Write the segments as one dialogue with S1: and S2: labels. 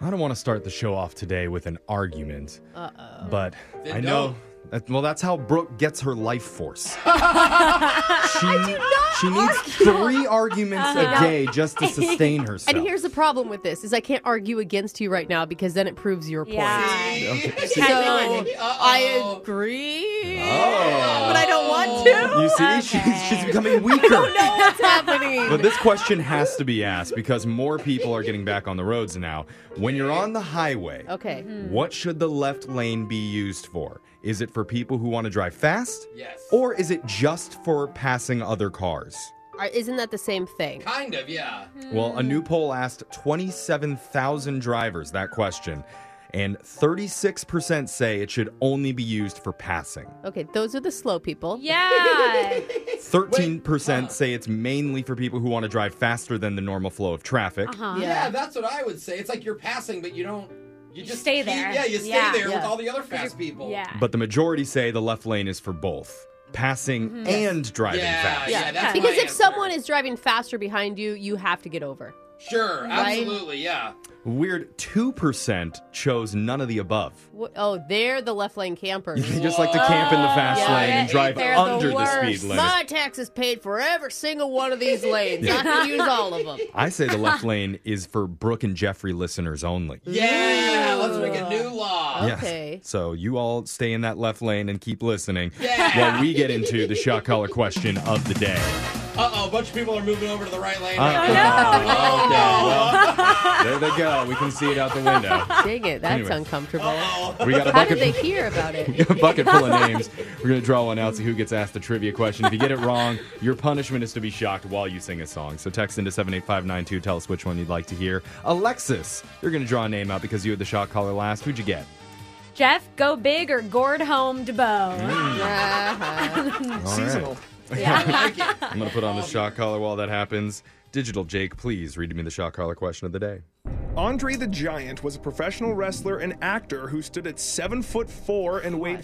S1: I don't want to start the show off today with an argument,
S2: Uh oh.
S1: but
S3: Then
S1: I know. That, well, that's how Brooke gets her life force. she,
S3: Ah,
S1: she needs three arguments a day just to sustain herself.
S2: Uh-huh. And here's the problem with this: is I can't argue against you right now because then it proves your point.
S4: Yeah.
S1: Okay,
S2: So
S1: see-
S2: I agree,
S1: Oh.
S2: but I don't want to.
S1: you see, she's, she's becoming weaker.
S2: What's happening?
S1: But this question has to be asked because more people are getting back on the roads now. When you're on the highway,
S2: okay.
S3: Mm.
S4: Mm-hmm.
S1: what should the left lane be used for? Is it for people who want to drive fast?
S3: Yes.
S1: Or is it just for passing other cars?
S2: Are- Isn't that the same thing?
S3: Kind of, yeah.
S1: Mm-hmm. Well, a new poll asked 27,000 drivers that question, and 36% say it should only be used for passing.
S2: Okay, those are the slow people.
S4: Yeah.
S1: 13% say it's mainly for people who want to drive faster than the normal flow of traffic.
S4: Uh-huh.
S3: Yeah, that's what I would say. It's like you're passing, but you don't. You just
S4: stay
S3: keep-
S4: there.
S3: Yeah, you stay
S4: Yeah.
S3: there with
S2: Yeah.
S3: all the other fast people.
S4: Yeah.
S1: But the majority say the left lane is for both passing and driving
S3: Yeah,
S1: fast.
S3: yeah, that's
S2: because
S3: my
S2: if
S3: answer.
S2: someone is driving faster behind you, you have to get over.
S3: Sure,
S2: Right?
S3: absolutely, yeah.
S1: Weird 2% chose none of the above.
S2: What, oh, they're the left lane campers.
S1: They just like to camp in the fast
S2: Yeah,
S1: lane and
S3: they-
S1: drive
S4: they're the
S1: under the, speed
S4: worst.
S1: limit.
S2: My taxes paid for every single one of these lanes. I can use all of them.
S1: I say the left lane is for Brooke and Jeffrey listeners only.
S3: Yeah,
S2: Ooh.
S3: let's make a new law.
S1: Yes.
S2: Mm. Okay.
S1: So you all stay in that left lane and keep listening
S3: Yeah.
S1: while we get into the shot collar question of the day.
S3: Uh oh, a bunch of people are moving over to the right
S1: Uh,
S3: lane.
S1: Uh-oh.
S3: Oh,
S1: Okay, well, there they go. We can see it out the window.
S2: Dang it, that's
S1: Anyway.
S2: uncomfortable.
S1: We got a
S2: How
S1: bucket,
S2: did they hear about it?
S1: a bucket full of names. We're going to draw one out, see who gets asked the trivia question. If you get it wrong, your punishment is to be shocked while you sing a song. So text into 78592. Tell us which one you'd like to hear. Alexis, you're going to draw a name out because you had the shot collar last. Who'd you get?
S4: Jeff, go big or gourd home to bow.
S2: Uh-huh.
S1: Mm. Seasonal.
S4: Yeah.
S1: I'm going to put on the shock collar while that happens. Digital Jake, please read me the shock collar question of the day.
S5: Andre the Giant was a professional wrestler and actor who stood at seven foot four and weighed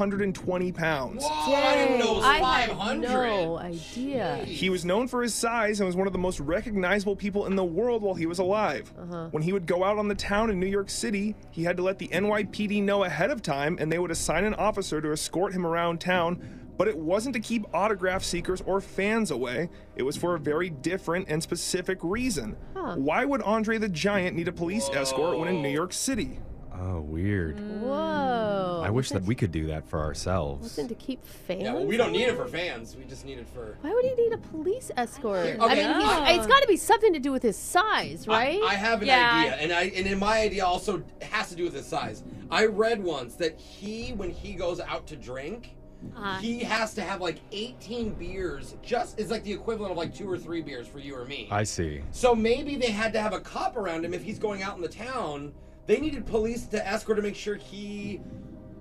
S5: 520 pounds.
S3: Whoa, I didn't know it was
S2: I had
S3: 500.
S2: no idea.
S5: He was known for his size and was one of the most recognizable people in the world while he was alive. When he would go out on the town in New York City, he had to let the NYPD know ahead of time and they would assign an officer to escort him around town. But it wasn't to keep autograph seekers or fans away. It was for a very different and specific reason. Why would Andre the Giant need a police escort when in New York City?
S1: Oh, weird.
S2: Whoa.
S1: I wish that we could do that for ourselves.
S2: Wasn't to keep fans?
S3: Yeah, well, we don't need it for fans. We just need it for.
S2: Why would he need a police escort? I
S3: Okay.
S2: mean, he's, it's got to be something to do with his size, right?
S3: I have an
S4: Yeah.
S3: idea, and I and in my idea also has to do with his size. I read once that he, when he goes out to drink,
S4: Uh-huh.
S3: he has to have like 18 beers. Just is like the equivalent of like two or three beers for you or me.
S1: I see.
S3: so maybe they had to have a cop around him if he's going out in the town. They needed police to escort to make sure he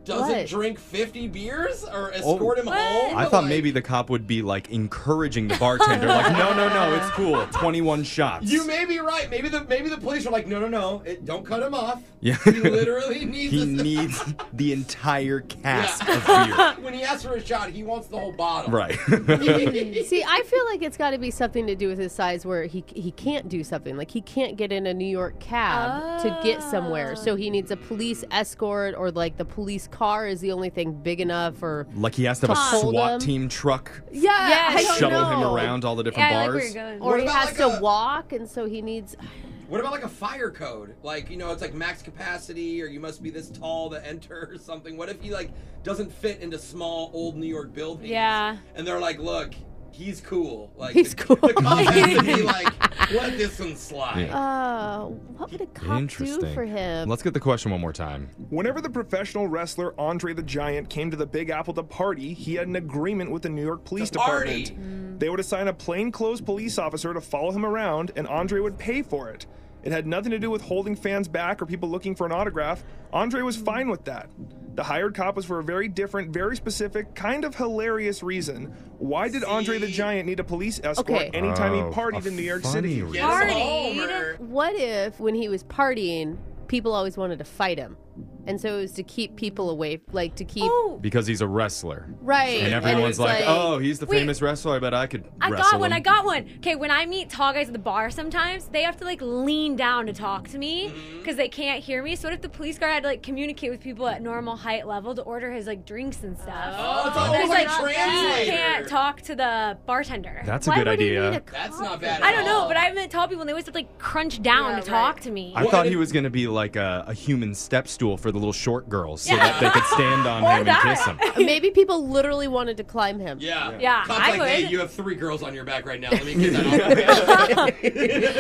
S3: doesn't
S2: What?
S3: drink 50 beers or escort him home.
S1: Oh. I
S3: but,
S1: thought
S3: like,
S1: maybe the cop would be like encouraging the bartender, like, no, no, no, it's cool. 21 shots.
S3: You may be right. Maybe the maybe the police were like, no, no, no, it, don't cut him off.
S1: Yeah.
S3: he literally needs.
S1: he
S3: this-
S1: needs the entire cask of
S3: when he asks for a shot, he wants the whole bottle.
S1: beer. Right.
S2: See, I feel like it's got to be something to do with his size, where he he can't do something like he can't get in a New York cab to get somewhere, so he needs a police escort or like the police car is the only thing big enough or
S1: like he has to have
S2: Tom.
S1: a
S2: Hold
S1: SWAT
S2: him.
S1: team truck
S2: yeah,
S4: I don't
S1: shuttle him around all the different
S4: yeah, I like where
S1: bars.
S4: you're going.
S2: or
S3: What
S2: he
S3: about
S2: has
S3: like
S2: to
S3: a-
S2: walk, and so he needs.
S3: What about like a fire code? Like you know, it's like max capacity, or you must be this tall to enter, or something. What if he like doesn't fit into small old New York buildings?
S4: Yeah.
S3: And they're like, look, he's cool. Like
S2: He's
S3: the,
S2: cool.
S3: The cop has to be like, let this one slide.
S1: Yeah.
S2: Uh, what would a cop do
S1: Interesting.
S2: for him?
S1: Let's get the question one more time.
S5: Whenever the professional wrestler Andre the Giant came to the Big Apple to party, he had an agreement with the New York Police
S3: To party.
S5: Department. They would assign a plainclothes police officer to follow him around, and Andre would pay for it. It had nothing to do with holding fans back or people looking for an autograph. Andre was fine with that. The hired cop was for a very different, very specific, kind of hilarious reason. Why did Andre the Giant need a police escort
S2: Okay.
S5: anytime he
S1: Oh,
S5: partied
S1: a
S5: in New York
S1: funny
S5: City?
S1: reason.
S3: Get us
S4: Partied.
S3: home, or-
S2: What if when he was partying, people always wanted to fight him? and so it was to keep people away, like to keep
S4: Oh,
S1: because he's a wrestler.
S2: right.
S1: And everyone's
S2: it's
S1: like, "Oh, he's the
S4: Wait.
S1: famous wrestler. I bet I could."
S4: I
S1: wrestle
S4: got one.
S1: him.
S4: I got one. Okay, when I meet tall guys at the bar, sometimes they have to like lean down to talk to me because they can't hear me. So what if the police guard had to like communicate with people at normal height level to order his like drinks and stuff?
S6: Oh, it's
S4: There's,
S6: almost like
S4: like,
S6: translator.
S4: He can't talk to the bartender.
S1: That's a
S2: Why
S1: good
S2: would he need
S1: idea.
S2: a
S6: That's
S2: cop?
S6: not bad.
S4: I don't know,
S6: all.
S4: but I met tall people and they always have to like crunch down
S2: Yeah,
S4: to talk
S2: right.
S4: to me.
S1: I
S6: What
S1: thought
S6: if-
S1: he was going to be like a, a human step stool for the little short girls, so
S4: Yeah.
S1: that they could stand on
S4: Or
S1: him
S4: that.
S1: and kiss him.
S2: Maybe people literally wanted to climb him.
S6: Yeah.
S4: Yeah,
S6: Cop's
S4: I
S6: like, hey,
S4: would.
S6: you have three girls on your back right now. Let me get that off.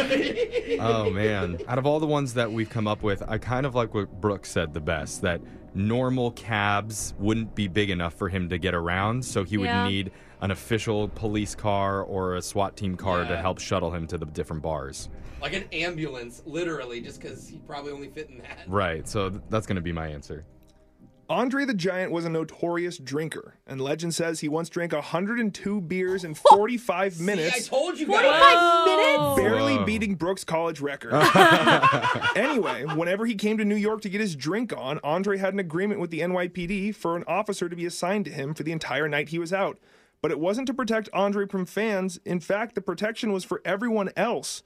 S1: Oh man! Out of all the ones that we've come up with, I kind of like what Brooke said the best. That normal cabs wouldn't be big enough for him to get around, so he would
S4: Yeah.
S1: need an official police car or a SWAT team car to
S6: Yeah.
S1: help shuttle him to the different bars.
S6: like an ambulance, literally, just because he probably only fit in that.
S1: Right. So th- that's going to be my answer.
S5: Andre the Giant was a notorious drinker, and legend says he once drank 102 beers in 45
S6: See, I
S5: minutes,
S6: told you guys.
S2: Forty-five minutes.
S4: Oh.
S5: barely
S1: Whoa.
S5: beating Brooks' college record. anyway, whenever he came to New York to get his drink on, Andre had an agreement with the NYPD for an officer to be assigned to him for the entire night he was out. But it wasn't to protect Andre from fans. In fact, the protection was for everyone else.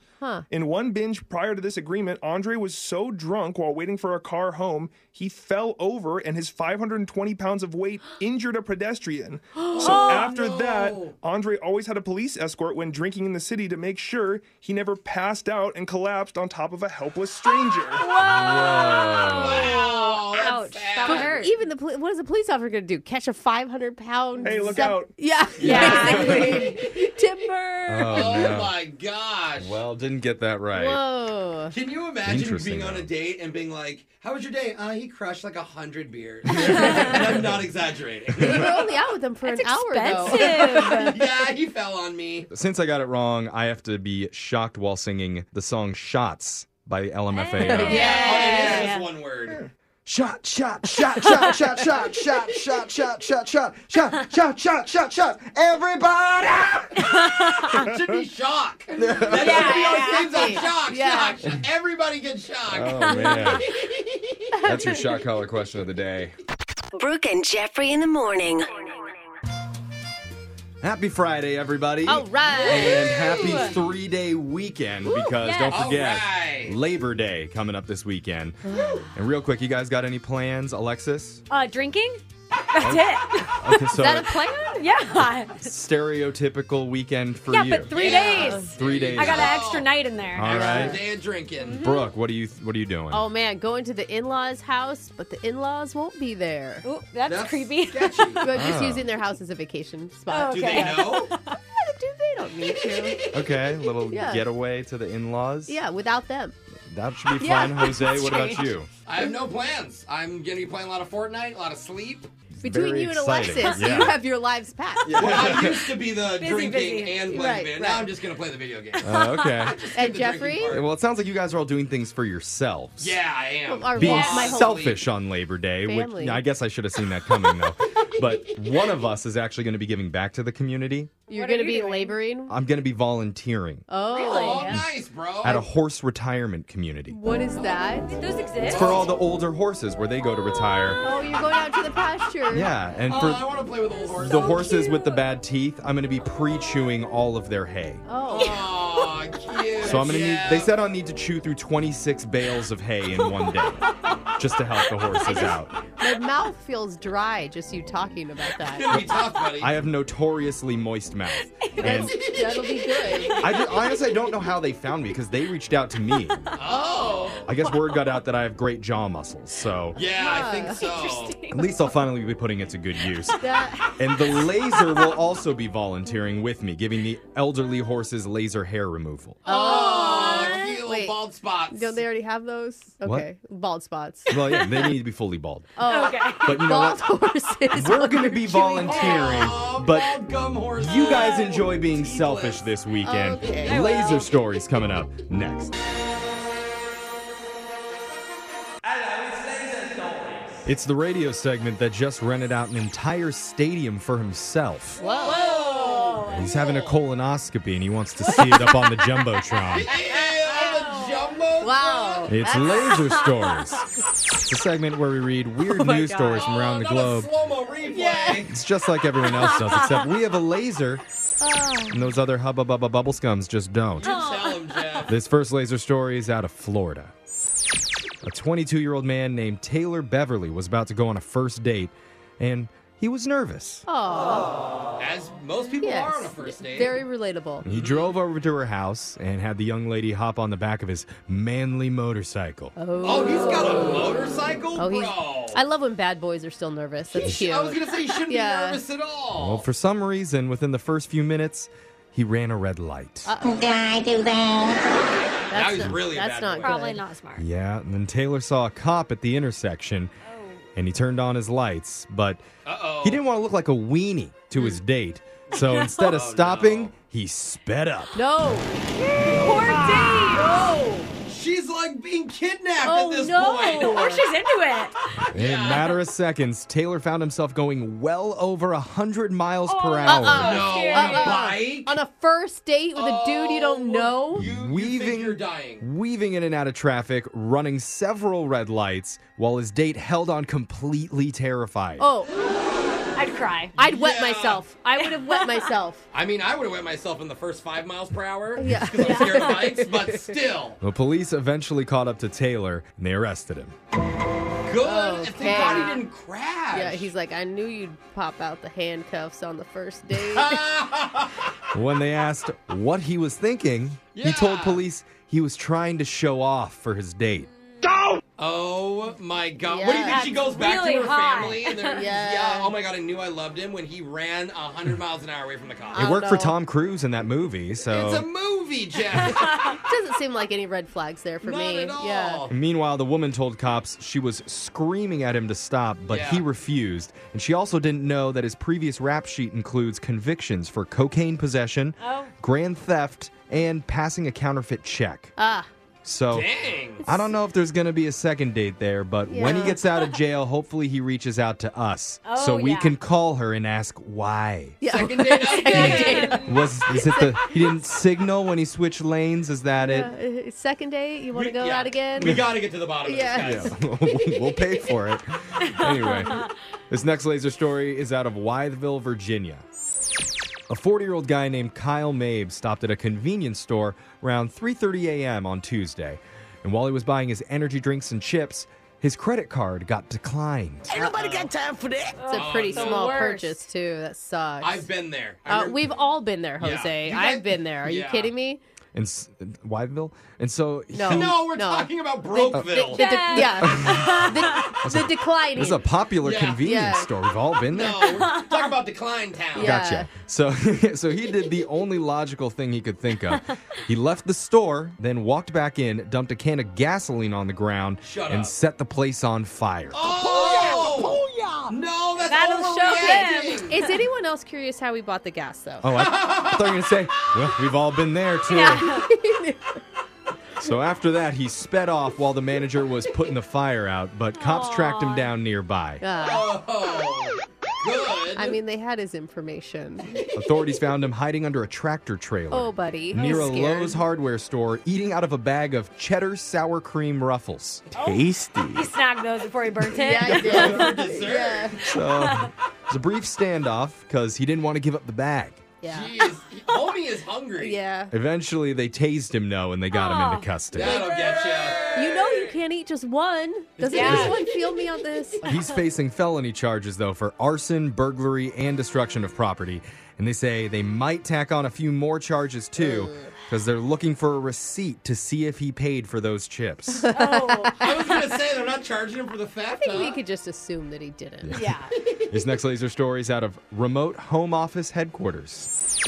S5: In one binge prior to this agreement, Andre was so drunk while waiting for a car home, he fell over and his 520 pounds of weight injured a pedestrian. So after that, Andre always had a police escort when drinking in the city to make sure he never passed out and collapsed on top of a helpless stranger.
S6: Wow, that's
S4: Ouch,
S6: sad.
S4: that hurt.
S2: Even the poli- what is a police officer going to do? Catch a 500 pound?
S5: Hey, look
S2: sep-
S5: out.
S2: Yeah,
S4: Yeah.
S2: basically. Timber.
S1: Oh,
S6: Oh
S1: no.
S6: my gosh.
S1: Well, didn't get that right.
S2: Whoa.
S6: Can you imagine
S1: Interesting,
S6: being on
S1: though.
S6: a date and being like, "How was your day?" Uh, he crushed like a hundred beers. and I'm not exaggerating.
S2: We were only out with them for
S4: That's
S2: an hour though.
S4: expensive.
S6: yeah, he fell on me.
S1: Since I got it wrong, I have to be shocked while singing the song "Shots" by LMFAO.
S4: Hey. Yeah.
S6: Oh, it is
S4: Yeah.
S6: just one word.
S1: Shot, shot, shot, shot, shot, shot, shot, shot, shot, shot, shot, shot, shot, shot, shot, shot. Everybody!
S6: It should be shock. That should be our things on shock.
S2: Yeah.
S6: Shock. shock. Everybody gets shocked.
S1: Oh man, that's your shot collar question of the day.
S7: Brooke and Jeffrey in the morning.
S1: Happy Friday, everybody!
S2: All right.
S1: And happy three day weekend because
S4: yes.
S1: don't forget
S6: All right.
S1: Labor Day coming up this weekend. and real quick, you guys got any plans, Alexis?
S4: uh, drinking? That's it.
S1: Okay, so
S2: Is that a plan?
S4: Yeah.
S1: stereotypical weekend for
S4: Yeah,
S1: you.
S4: but three
S6: Yeah.
S4: days.
S1: Three days.
S4: I Mm-hmm. got an extra night in there.
S1: All
S6: Extra
S1: right.
S6: Day of drinking.
S2: Mm-hmm.
S1: Brooke, what are you what are you doing?
S2: Oh man, going to the in-laws house, but the in-laws won't be there.
S4: Ooh, that's,
S6: That's
S4: creepy.
S6: sketchy.
S2: But just
S1: Oh.
S2: using their house as a vacation spot.
S4: Oh.
S6: Do they
S4: Okay.
S6: know?
S2: Do they don't need to?
S1: Okay, little
S2: Yeah.
S1: getaway to the in-laws.
S2: Yeah, without them.
S1: That should be
S2: Yeah.
S1: fun, Jose. What about you?
S6: I have no plans. I'm gonna be playing a lot of Fortnite, a lot of sleep.
S2: Between
S1: Very
S2: you and
S1: exciting.
S2: Alexis,
S1: Yeah.
S2: you have your lives packed.
S6: Well, I used to be the
S4: Busy,
S6: drinking
S4: busy.
S6: and playing
S2: Right,
S6: video.
S2: right.
S6: Now I'm just gonna play the video game.
S1: Uh, okay.
S6: the
S2: And
S6: drinking
S2: Jeffrey,
S6: part.
S1: Well, it sounds like you guys are all doing things for yourselves.
S6: Yeah, I am.
S2: Our
S1: Being
S2: Yeah. my whole
S1: selfish on Labor Day,
S2: Family.
S1: which I guess I should have seen that coming though. but one of us is actually going to be giving back to the community.
S2: you're
S4: What
S2: going
S4: are
S2: to
S4: you
S2: be
S4: doing?
S2: laboring.
S1: I'm going to be volunteering
S2: Oh,
S6: Oh, nice, bro.
S1: at a horse retirement community.
S2: what is that?
S4: Those exist?
S1: For all the older horses where they go to retire.
S2: Oh, you're going out to the pasture.
S1: Yeah, and
S6: oh,
S1: for
S6: I want to play with old horses.
S1: the horses with the bad teeth, I'm going to be pre-chewing all of their hay.
S2: Oh,
S6: Aw, cute.
S1: So I'm gonna
S6: yeah.
S1: need. They said I'll need to chew through 26 bales of hay in one day, just to help the horses out.
S2: my mouth feels dry just you talking about
S6: It's
S2: that.
S6: gonna be tough, buddy.
S1: I have notoriously moist mouth, and
S2: That'll be good.
S1: I, just, I honestly don't know how they found me because they reached out to me.
S6: oh,
S1: I guess word got out that I have great jaw muscles, so
S6: yeah, I think so.
S4: Interesting.
S1: at least I'll finally be putting it to good use.
S2: That,
S1: And the laser will also be volunteering with me, giving the elderly horses laser hair removal.
S6: Oh, cute
S2: Wait.
S6: little bald spots.
S2: don't they already have those?
S1: What?
S2: Okay, bald spots.
S1: Well, yeah, they need to be fully bald.
S2: Oh,
S4: Okay.
S1: But you know
S2: bald
S1: what?
S2: horses.
S1: We're going to be
S2: chewing
S1: volunteering,
S6: Oh,
S1: but
S6: bald gum horses.
S1: You guys enjoy being
S6: Teethless.
S1: selfish this weekend.
S2: Okay.
S4: I will.
S1: Laser stories coming up next. It's the radio segment that just rented out an entire stadium for himself.
S4: Whoa.
S1: He's having a colonoscopy and he wants to see it up on the Jumbotron.
S6: Yeah, the jumbo.
S2: Wow.
S1: It's laser stories. It's a segment where we read weird
S2: Oh
S6: Oh
S1: news stories from around the globe.
S6: Slow mo Oh, replay. Yeah.
S1: It's just like everyone else does, except we have a laser, and those other hubba bubba bubble scums just don't.
S6: Tell him, Jeff.
S1: This first laser story is out of Florida. A 22 year old man named Taylor Beverly was about to go on a first date, and he was nervous.
S2: Oh,
S6: As most people
S2: yes.
S6: are on a first date.
S2: Very relatable.
S1: He drove over to her house and had the young lady hop on the back of his manly motorcycle.
S6: oh, he's got a motorcycle,
S2: Oh, he's.
S6: bro.
S2: I love when bad boys are still nervous. That's
S6: He sh-
S2: cute.
S6: I was gonna say he shouldn't be
S2: Yeah.
S6: nervous at all.
S1: Well, for some reason, within the first few minutes, he ran a red light.
S2: that's
S6: he's really a
S2: That's
S6: bad boy.
S2: not good.
S4: Probably not smart.
S1: yeah, and then Taylor saw a cop at the intersection and he turned on his lights, but
S6: Uh-oh.
S1: he didn't want to look like a weenie to his date. So instead of
S6: Oh, no.
S1: stopping, he sped up.
S2: No.
S4: Poor Dave.
S6: She's like being kidnapped
S4: Oh
S6: at this
S4: no.
S6: point.
S4: Or she's into it.
S1: In a matter of seconds, Taylor found himself going well over 100 miles
S6: Oh,
S1: per hour.
S6: No,
S4: Scary.
S6: on a
S4: Uh-uh.
S6: bike. Oh.
S2: Oh, On a first date with a dude you don't know?
S6: You, you
S1: Weaving-
S6: think you're dying.
S1: Weaving in and out of traffic, running several red lights, while his date held on completely terrified.
S2: Oh,
S4: I'd cry.
S2: I'd wet
S6: Yeah.
S2: myself. I would have wet myself.
S6: I mean, I would have wet myself in the first five miles per hour.
S2: Yeah.
S6: just 'cause I'm scared of bikes, but still.
S1: The police eventually caught up to Taylor and they arrested him.
S6: Good. Thank
S2: Okay.
S6: God he didn't crash.
S2: Yeah, he's like, I knew you'd pop out the handcuffs on the first date.
S1: When they asked what he was thinking, he
S6: Yeah.
S1: told police he was trying to show off for his date.
S6: Oh my God. What do you
S2: Yeah.
S6: think? She goes back to
S4: Really
S6: her
S4: high.
S6: family and they're,
S2: Yeah.
S6: yeah. Oh my God, I knew I loved him when he ran 100 miles an hour away from the cops.
S1: It
S2: Oh,
S1: worked for
S2: no.
S1: Tom Cruise in that movie,
S6: It's a
S1: so.
S6: movie, Jeff.
S2: Doesn't seem like any red flags there for
S6: Not
S2: me.
S6: at all.
S2: Yeah.
S1: Meanwhile, the woman told cops she was screaming at him to stop, but
S6: Yeah.
S1: he refused. And she also didn't know that his previous rap sheet includes convictions for cocaine possession,
S4: Oh.
S1: grand theft, and passing a counterfeit check.
S2: Ah,
S1: So.
S6: Dang.
S1: I don't know if there's going to be a second date there, but when he
S2: Yeah.
S1: gets out of jail, hopefully he reaches out to us
S4: Oh,
S1: so we
S4: yeah.
S1: can call her and ask why.
S2: yeah.
S6: Second date update.
S1: Was is it the he didn't signal when he switched lanes? Is that it?
S2: Uh, second date, you want to go
S6: Yeah.
S2: out again?
S6: We got to get to the bottom
S2: Yeah.
S6: of this, guys.
S1: Yeah. we'll pay for it. Anyway, this next laser story is out of Wytheville, Virginia. A 40-year-old guy named Kyle Mabe stopped at a convenience store around 3:30 a.m. on Tuesday, and while he was buying his energy drinks and chips, his credit card got declined.
S2: It's a pretty
S4: the
S2: small
S4: worst.
S2: purchase too. That sucks.
S6: Oh, I've been there. I
S2: uh,
S6: remember-
S2: we've all been there, Jose.
S6: You guys-
S2: I've been there. Are you
S6: Yeah.
S2: kidding me?
S1: and s- Wytheville, and so
S2: No.
S1: he-
S6: no, we're
S2: No.
S6: talking about
S2: The-
S6: Brokeville.
S2: the de- yeah. the, the declining.
S1: this is a popular
S6: Yeah.
S1: convenience
S2: Yeah.
S1: store. We've all been there.
S6: no, we're talking about Decline Town.
S2: Yeah.
S1: Gotcha. So, so he did the only logical thing he could think of. he left the store, then walked back in, dumped a can of gasoline on the ground,
S6: Shut
S1: and
S6: up.
S1: set the place on fire.
S6: Oh, no, that's
S4: That'll show
S6: overreacting.
S4: him.
S2: is anyone else curious how we bought the gas though?
S1: Oh, I, I thought you were gonna say, well, we've all been there too. so after that, he sped off while the manager was putting the fire out, but cops tracked him down nearby.
S2: Uh,
S6: Oh, good.
S2: I mean, they had his information.
S1: Authorities found him hiding under a tractor trailer.
S2: Oh, buddy.
S1: near a
S2: I'm scared.
S1: Lowe's hardware store eating out of a bag of cheddar sour cream ruffles.
S4: He snagged those before he burnt it.
S2: Yeah, I did.
S6: dessert.
S2: yeah.
S1: So it was a brief standoff because he didn't want to give up the bag.
S2: Yeah.
S6: Jeez, homie is hungry.
S2: Yeah.
S1: Eventually, they tased him, though, and they got him
S4: Aw.
S1: into custody.
S6: That'll get you.
S2: You know you can't eat just one. Doesn't
S4: Yeah.
S2: anyone feel me on this?
S1: He's facing felony charges, though, for arson, burglary, and destruction of property. And they say they might tack on a few more charges, too, because they're looking for a receipt to see if he paid for those chips.
S4: Oh,
S6: I was gonna say they're not charging him for the theft.
S2: We
S6: Huh?
S2: could just assume that he didn't.
S4: yeah.
S1: His next laser story is out of remote home office headquarters.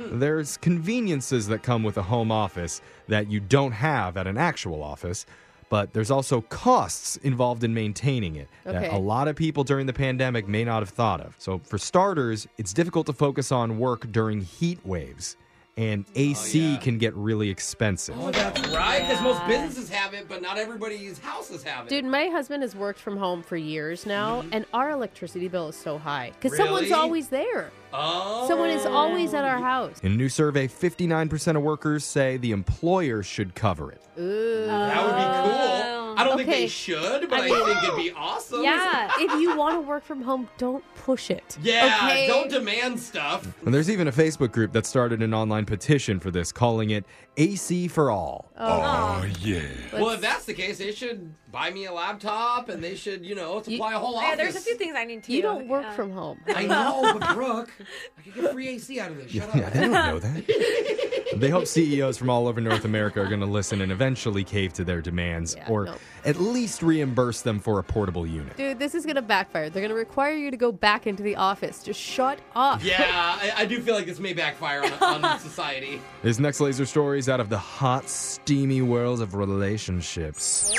S1: There's conveniences that come with a home office that you don't have at an actual office, but there's also costs involved in maintaining it that
S2: Okay.
S1: a lot of people during the pandemic may not have thought of. So, for starters, it's difficult to focus on work during heat waves, and AC
S6: Oh, yeah.
S1: can get really expensive.
S6: Oh, that's right. Because most businesses have it, but not everybody's houses have it.
S2: Dude, my husband has worked from home for years now, and our electricity bill is so high because someone's
S6: Mm-hmm. Really?
S2: always there.
S6: oh,
S2: Someone is always at our house.
S1: In a new survey, 59% of workers say the employer should cover it.
S2: Ooh.
S6: that would be cool.
S4: home.
S6: I don't think
S2: Okay.
S6: they should, but
S2: I
S6: I,
S2: mean-
S6: think it'd be awesome.
S4: yeah.
S2: if you want to work from home, don't push it.
S6: Yeah,
S2: Okay?
S6: don't demand stuff.
S1: And there's even a Facebook group that started an online petition for this, calling it AC for All.
S8: Oh, yeah.
S6: well, if that's the case, they should buy me a laptop and they should, you know, supply a whole office.
S4: Yeah, there's a few things I need to.
S2: you don't work
S4: yeah.
S2: from home.
S6: I know, but Brooke, I could get free AC out of this. Shut
S1: Yeah,
S6: up.
S1: they don't know that. they hope CEOs from all over North America are going to listen and eventually cave to their demands
S2: Yeah,
S1: or
S2: no.
S1: at least reimburse them for a portable unit.
S2: Dude, this is going to backfire. They're going to require you to go back into the office. Just shut up.
S6: Yeah, I, I do feel like this may backfire on, on society.
S1: This next laser story is out of the hot, steamy world of relationships.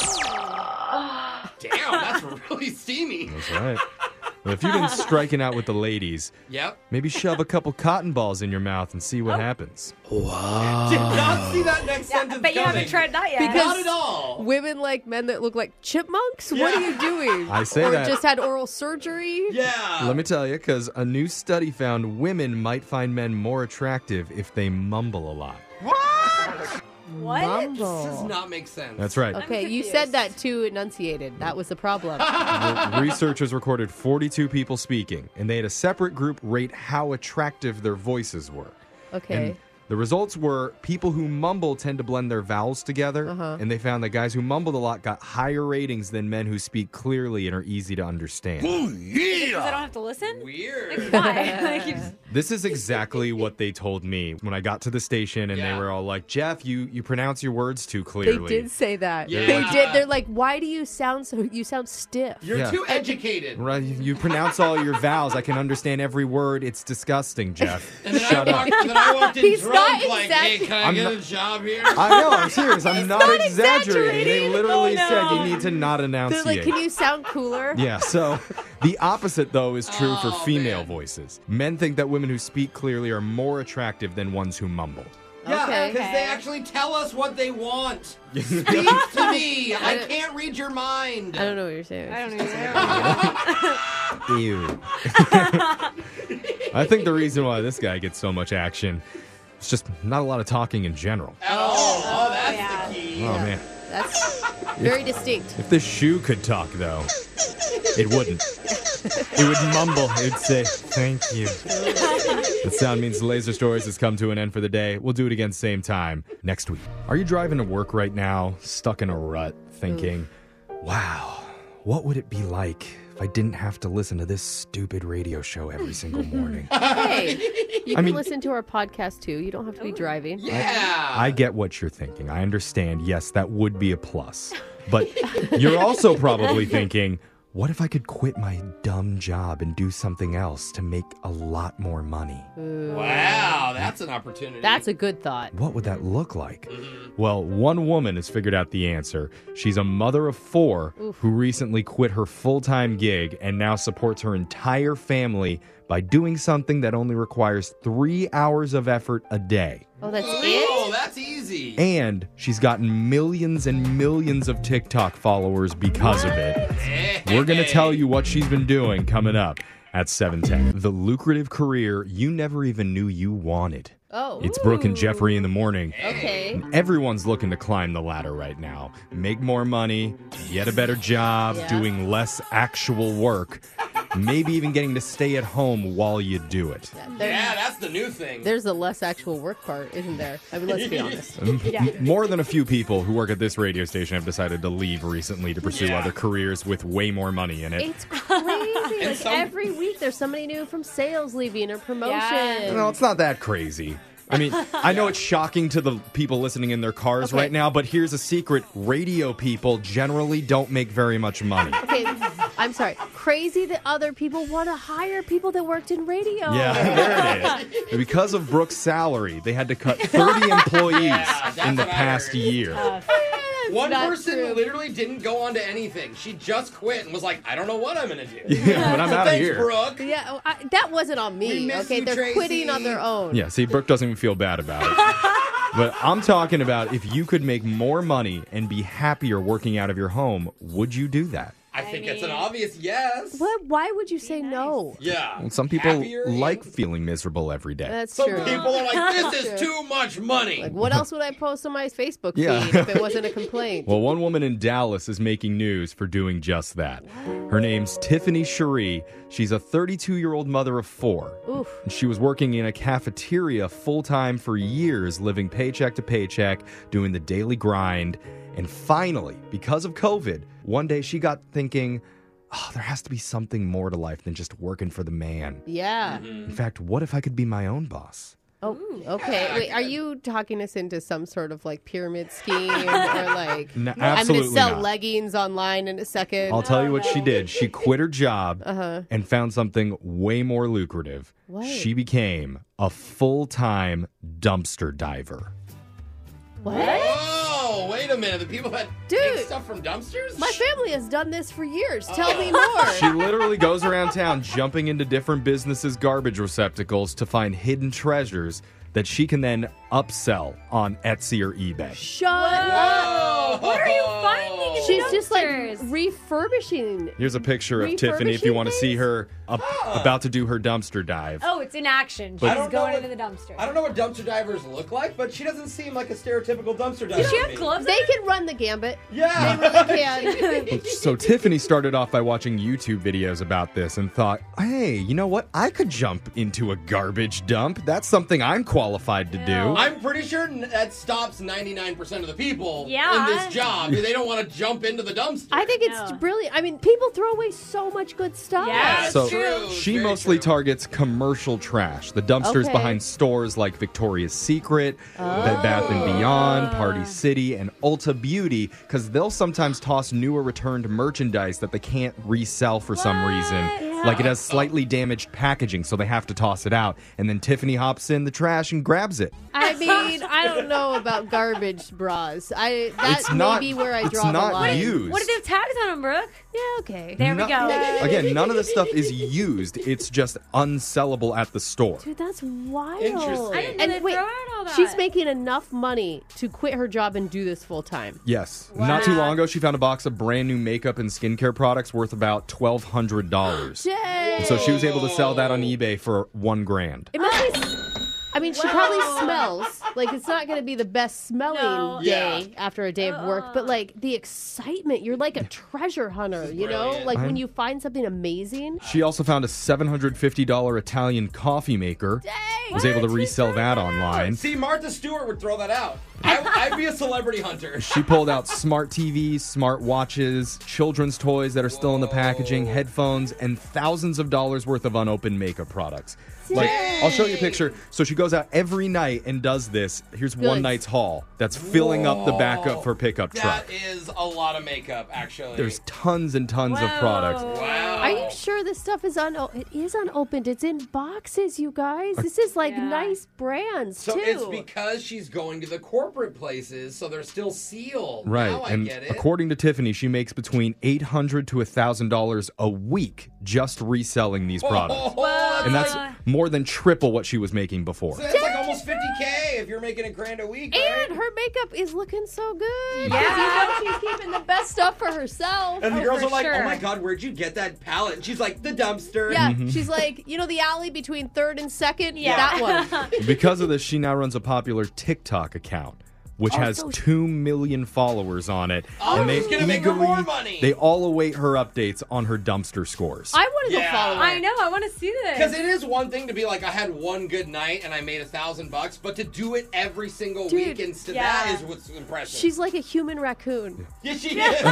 S6: Damn, that's really steamy.
S1: That's right. Well, if you've been striking out with the ladies,
S6: Yep. Oh.
S1: maybe shove a couple cotton balls in your mouth and see what happens.
S6: Did not see that next sentence
S4: But you haven't
S6: coming.
S4: tried that yet.
S2: Because-
S6: Not at all.
S2: Women like men that look like chipmunks? What are
S6: Yeah.
S2: you doing?
S1: I say
S2: or
S1: that.
S2: just had oral surgery?
S6: Yeah.
S1: Let me tell you, because a new study found women might find men more attractive if they mumble a lot.
S4: what?
S6: This does not make sense.
S1: That's right.
S2: Okay, you
S4: confused.
S2: said that too enunciated. That was the problem.
S1: Re- Researchers recorded 42 people speaking, and they had a separate group rate how attractive their voices were.
S2: Okay.
S1: And the results were people who mumble tend to blend their vowels together,
S2: Uh-huh.
S1: and they found that guys who mumbled a lot got higher ratings than men who speak clearly and are easy to understand.
S8: Oh,
S4: Because I don't
S8: yeah.
S4: have to listen.
S6: Weird.
S4: Why? like, you just,
S1: This is exactly what they told me when I got to the station, and
S6: Yeah.
S1: they were all like, "Jeff, you you pronounce your words too
S2: They
S1: clearly."
S2: did say that.
S6: Yeah.
S2: They did. They're like, why do you sound so? You sound stiff.
S6: You're
S1: Yeah.
S6: too educated.
S1: Right, you you pronounce all your vowels. I can understand every word. It's disgusting, Jeff.
S6: And then
S1: Shut
S6: I
S1: up.
S6: walked, and then I walked in
S2: He's
S6: drunk,
S2: not
S6: like, hey,
S2: exact-
S6: can I
S1: I'm
S6: get
S1: not-
S6: a job here?
S1: I know, I'm serious. I'm not,
S2: not
S1: exaggerating. They
S2: exaggerating.
S1: literally
S2: Oh,
S1: said
S2: no.
S1: you need to not
S2: They're
S1: enunciate.
S2: like, can you sound cooler?
S1: yeah, so the opposite, though, is true for
S6: Oh,
S1: female
S6: man.
S1: voices. Men think that women who speak clearly are more attractive than ones who mumble.
S6: Yeah,
S2: Okay.
S6: because they actually tell us what they want. Speak to me. I
S2: don't-
S6: can't read your mind.
S2: I don't know what you're saying.
S4: I don't even know.
S1: Ew. I think the reason why this guy gets so much action is just not a lot of talking in general.
S6: At all. Oh, that's
S4: yeah.
S6: the key.
S1: Oh, man.
S2: That's very distinct.
S1: If the shoe could talk, though, it wouldn't. It would mumble. It would say, thank you. The sound means Laser Stories has come to an end for the day. We'll do it again same time next week. Are you driving to work right now, stuck in a rut, thinking, wow, what would it be like if I didn't have to listen to this stupid radio show every single morning?
S2: Hey, you can
S1: mean-
S2: listen to our podcast too. You don't have to be driving.
S6: Yeah.
S1: I get what you're thinking. I understand. Yes, that would be a plus. But you're also probably thinking, what if I could quit my dumb job and do something else to make a lot more money?
S6: Wow, that's an opportunity.
S2: That's a good thought.
S1: What would that look like? Well, one woman has figured out the answer. She's a mother of four who recently quit her full time gig and now supports her entire family by doing something that only requires three hours of effort a day.
S2: Oh, that's
S6: Oh,
S2: it?
S6: that's easy.
S1: And she's gotten millions and millions of TikTok followers because of it.
S6: Eh.
S1: We're going to tell you what she's been doing coming up at 710. The lucrative career you never even knew you wanted.
S2: Oh.
S1: It's Brooke and Jeffrey in the morning.
S6: Eh.
S2: Okay.
S1: Everyone's looking to climb the ladder right now. Make more money, get a better job,
S2: Yeah.
S1: doing less actual work, maybe even getting to stay at home while you do it.
S2: There-
S6: Yeah, that's the new thing.
S2: There's a less actual work part, isn't there? I mean, let's be honest.
S1: Mm-hmm. M- More than a few people who work at this radio station have decided to leave recently to pursue
S6: Yeah.
S1: other careers with way more money in it.
S2: It's crazy. like
S6: some-
S2: every week, there's somebody new from sales leaving or promotion.
S4: Yeah.
S1: No, it's not that crazy. I mean, I know it's shocking to the people listening in their cars
S2: Okay.
S1: right now, but here's a secret radio people generally don't make very much money.
S2: Okay, I'm sorry. Crazy that other people want to hire people that worked in radio.
S1: Yeah, there it is. Because of Brooke's salary, they had to cut 30 employees
S6: Yeah, that's
S1: in the
S6: what I
S1: past
S6: heard. Oh,
S1: year.
S6: One
S2: not
S6: person
S2: true.
S6: literally didn't go on to anything. She just quit and was like, I don't know what I'm going to do.
S1: Yeah, but I'm
S6: So
S1: out of
S6: thanks,
S1: here.
S6: Brooke.
S2: Yeah, oh, I, that wasn't on
S6: We
S2: me.
S6: miss
S2: Okay,
S6: you,
S2: they're
S6: Tracy.
S2: quitting on their own.
S1: Yeah, see, Brooke doesn't even feel bad about it. But I'm talking about if you could make more money and be happier working out of your home, would you do that?
S6: I I think it's an
S4: mean-
S6: obvious yes.
S2: What? Why would you say
S4: nice.
S2: no?
S6: Yeah.
S1: Well, some people
S6: Happier
S1: like
S6: and-
S1: feeling miserable every day.
S2: That's
S6: Some
S2: true.
S6: people are like, this
S2: Sure.
S6: is too much money.
S2: Like, what else would I post on my Facebook
S1: Yeah.
S2: feed if it wasn't a complaint?
S1: Well, one woman in Dallas is making news for doing just that. Her name's Tiffany Cherie. She's a 32 year old mother of four.
S2: Oof.
S1: And She was working in a cafeteria full time for years, living paycheck to paycheck, doing the daily grind. And finally, because of COVID, one day she got thinking, oh, there has to be something more to life than just working for the man.
S2: Yeah.
S6: Mm-hmm.
S1: In fact, what if I could be my own boss?
S2: Oh, okay. Wait, are you talking us into some sort of like pyramid scheme or like
S1: No,
S2: I'm going to
S1: absolutely
S2: sell
S1: not.
S2: leggings online in a 2nd
S1: I'll tell you what she did. She quit her job and found something way more lucrative.
S2: What?
S1: She became a full time dumpster diver.
S2: what?
S6: Whoa, wait a minute. The people that
S2: Dude.
S6: take stuff from dumpsters? Oh.
S2: My family has done this for years. Tell me more.
S1: She literally goes around town jumping into different businesses' garbage receptacles to find hidden treasures that she can then upsell on Etsy or eBay.
S2: Shut up.
S6: Whoa.
S4: What are you finding? In
S2: She's
S4: the
S2: just like
S4: dumpsters?
S2: refurbishing.
S1: Here's a picture of Tiffany if you want to see
S2: Refurbishing
S1: her up, about to do her dumpster dive.
S4: Oh, it's in action.
S1: I
S4: She's
S6: don't know
S4: going
S6: what-
S4: into the dumpster.
S6: I don't know what dumpster divers look like, but she doesn't seem like a stereotypical dumpster diver.
S4: Does she
S6: to
S4: have
S6: me.
S4: gloves?
S2: They
S4: on?
S2: can run the gambit.
S6: Yeah.
S2: They can.
S1: So Tiffany started off by watching YouTube videos about this and thought, "Hey, you know what? I could jump into a garbage dump. That's something I'm qualified to do."
S6: I'm pretty sure n- that stops 99% of the people
S4: Yeah.
S6: in this job. They don't want to jump into the dumpster.
S2: I think it's
S4: No.
S2: brilliant. I mean, people throw away so much good stuff.
S4: Yeah.
S1: so
S6: true.
S1: she
S6: Very
S1: mostly
S6: true.
S1: targets commercial trash, the dumpsters
S2: Okay.
S1: behind stores like Victoria's Secret, Bed Bath and Beyond, Party City, and Ulta Beauty, because they'll sometimes toss new or returned merchandise that they can't resell for some reason, like it has slightly damaged packaging, so they have to toss it out. And then Tiffany hops in the trash and grabs it.
S2: I mean, I don't know about garbage bras. I that
S1: It's
S2: may
S1: not-
S2: be where I
S1: it's
S2: draw
S1: not
S2: the line.
S1: used.
S4: What do they have tags on them, Brooke?
S2: Yeah, okay.
S4: There we
S1: No-
S4: go.
S1: Again, none of this stuff is used. It's just unsellable at the store.
S2: Dude, that's wild.
S6: Interesting. I didn't
S4: know they throw out all that.
S2: she's making enough money to quit her job and do this full time.
S1: Yes. Not too long ago, she found a box of brand new makeup and skincare products worth about twelve hundred dollars.
S2: Yay!
S1: So she was able to sell that on eBay for one grand.
S2: It must
S4: Ah.
S2: be. s- I mean, she probably smells like it's not going to be the best smelling
S4: No. Uh-uh.
S2: day
S6: Yeah.
S2: after a day of work, but like the excitement, you're like a treasure hunter, you know?
S6: brilliant.
S2: Like when
S1: I'm-
S2: you find something amazing.
S1: She also found a seven hundred fifty dollar Italian coffee maker. Was able to resell that online.
S6: See, Martha Stewart would throw that out. I, I'd be a celebrity hunter.
S1: She pulled out smart TVs, smart watches, children's toys that are still in the packaging, headphones, and thousands of dollars worth of unopened makeup products. Like, I'll show you a picture. So she goes out every night and does this. Here's one
S2: Good.
S1: night's haul that's filling up the back of her pickup truck.
S6: That is a lot of makeup, actually.
S1: There's tons and tons of products.
S6: wow.
S2: Are
S4: Oh.
S2: you sure this stuff is un? It is unopened. It's in boxes, you guys. This is like
S4: Yeah.
S2: nice brands
S6: So
S2: too.
S6: it's because she's going to the corporate places, so they're still sealed.
S1: Right.
S6: Now I
S1: and
S6: get it.
S1: according to Tiffany, she makes between 800 to $1,000 a week just reselling these products.
S6: Oh,
S1: And that's
S4: Uh.
S1: more than triple what she was making before.
S6: that's like almost 50K if you're making a grand a week. right?
S2: and her makeup is looking so good.
S4: Yeah.
S2: Because you know she's keeping the best stuff for herself.
S6: And the
S4: Oh,
S6: girls
S4: for
S6: are like,
S4: sure.
S6: oh my god, where'd you get that palette? And she's like, the dumpster.
S2: Yeah,
S3: Mm-hmm.
S2: she's like, you know, the alley between third and second.
S4: Yeah.
S2: that one.
S1: Because of this, she now runs a popular TikTok account, which has
S2: so-
S1: 2 million followers on it.
S6: Oh, she's gonna make her more money.
S1: They all await her updates on her dumpster scores.
S2: I want to
S6: Yeah.
S2: go follow. Her.
S4: I know. I want to see
S6: Because
S4: this.
S6: it is one thing to be like, I had one good night and I made a thousand bucks, but to do it every single
S2: Dude,
S6: week instead,
S4: yeah.
S6: that is what's impressive.
S2: She's like a human raccoon.
S6: yeah, she is.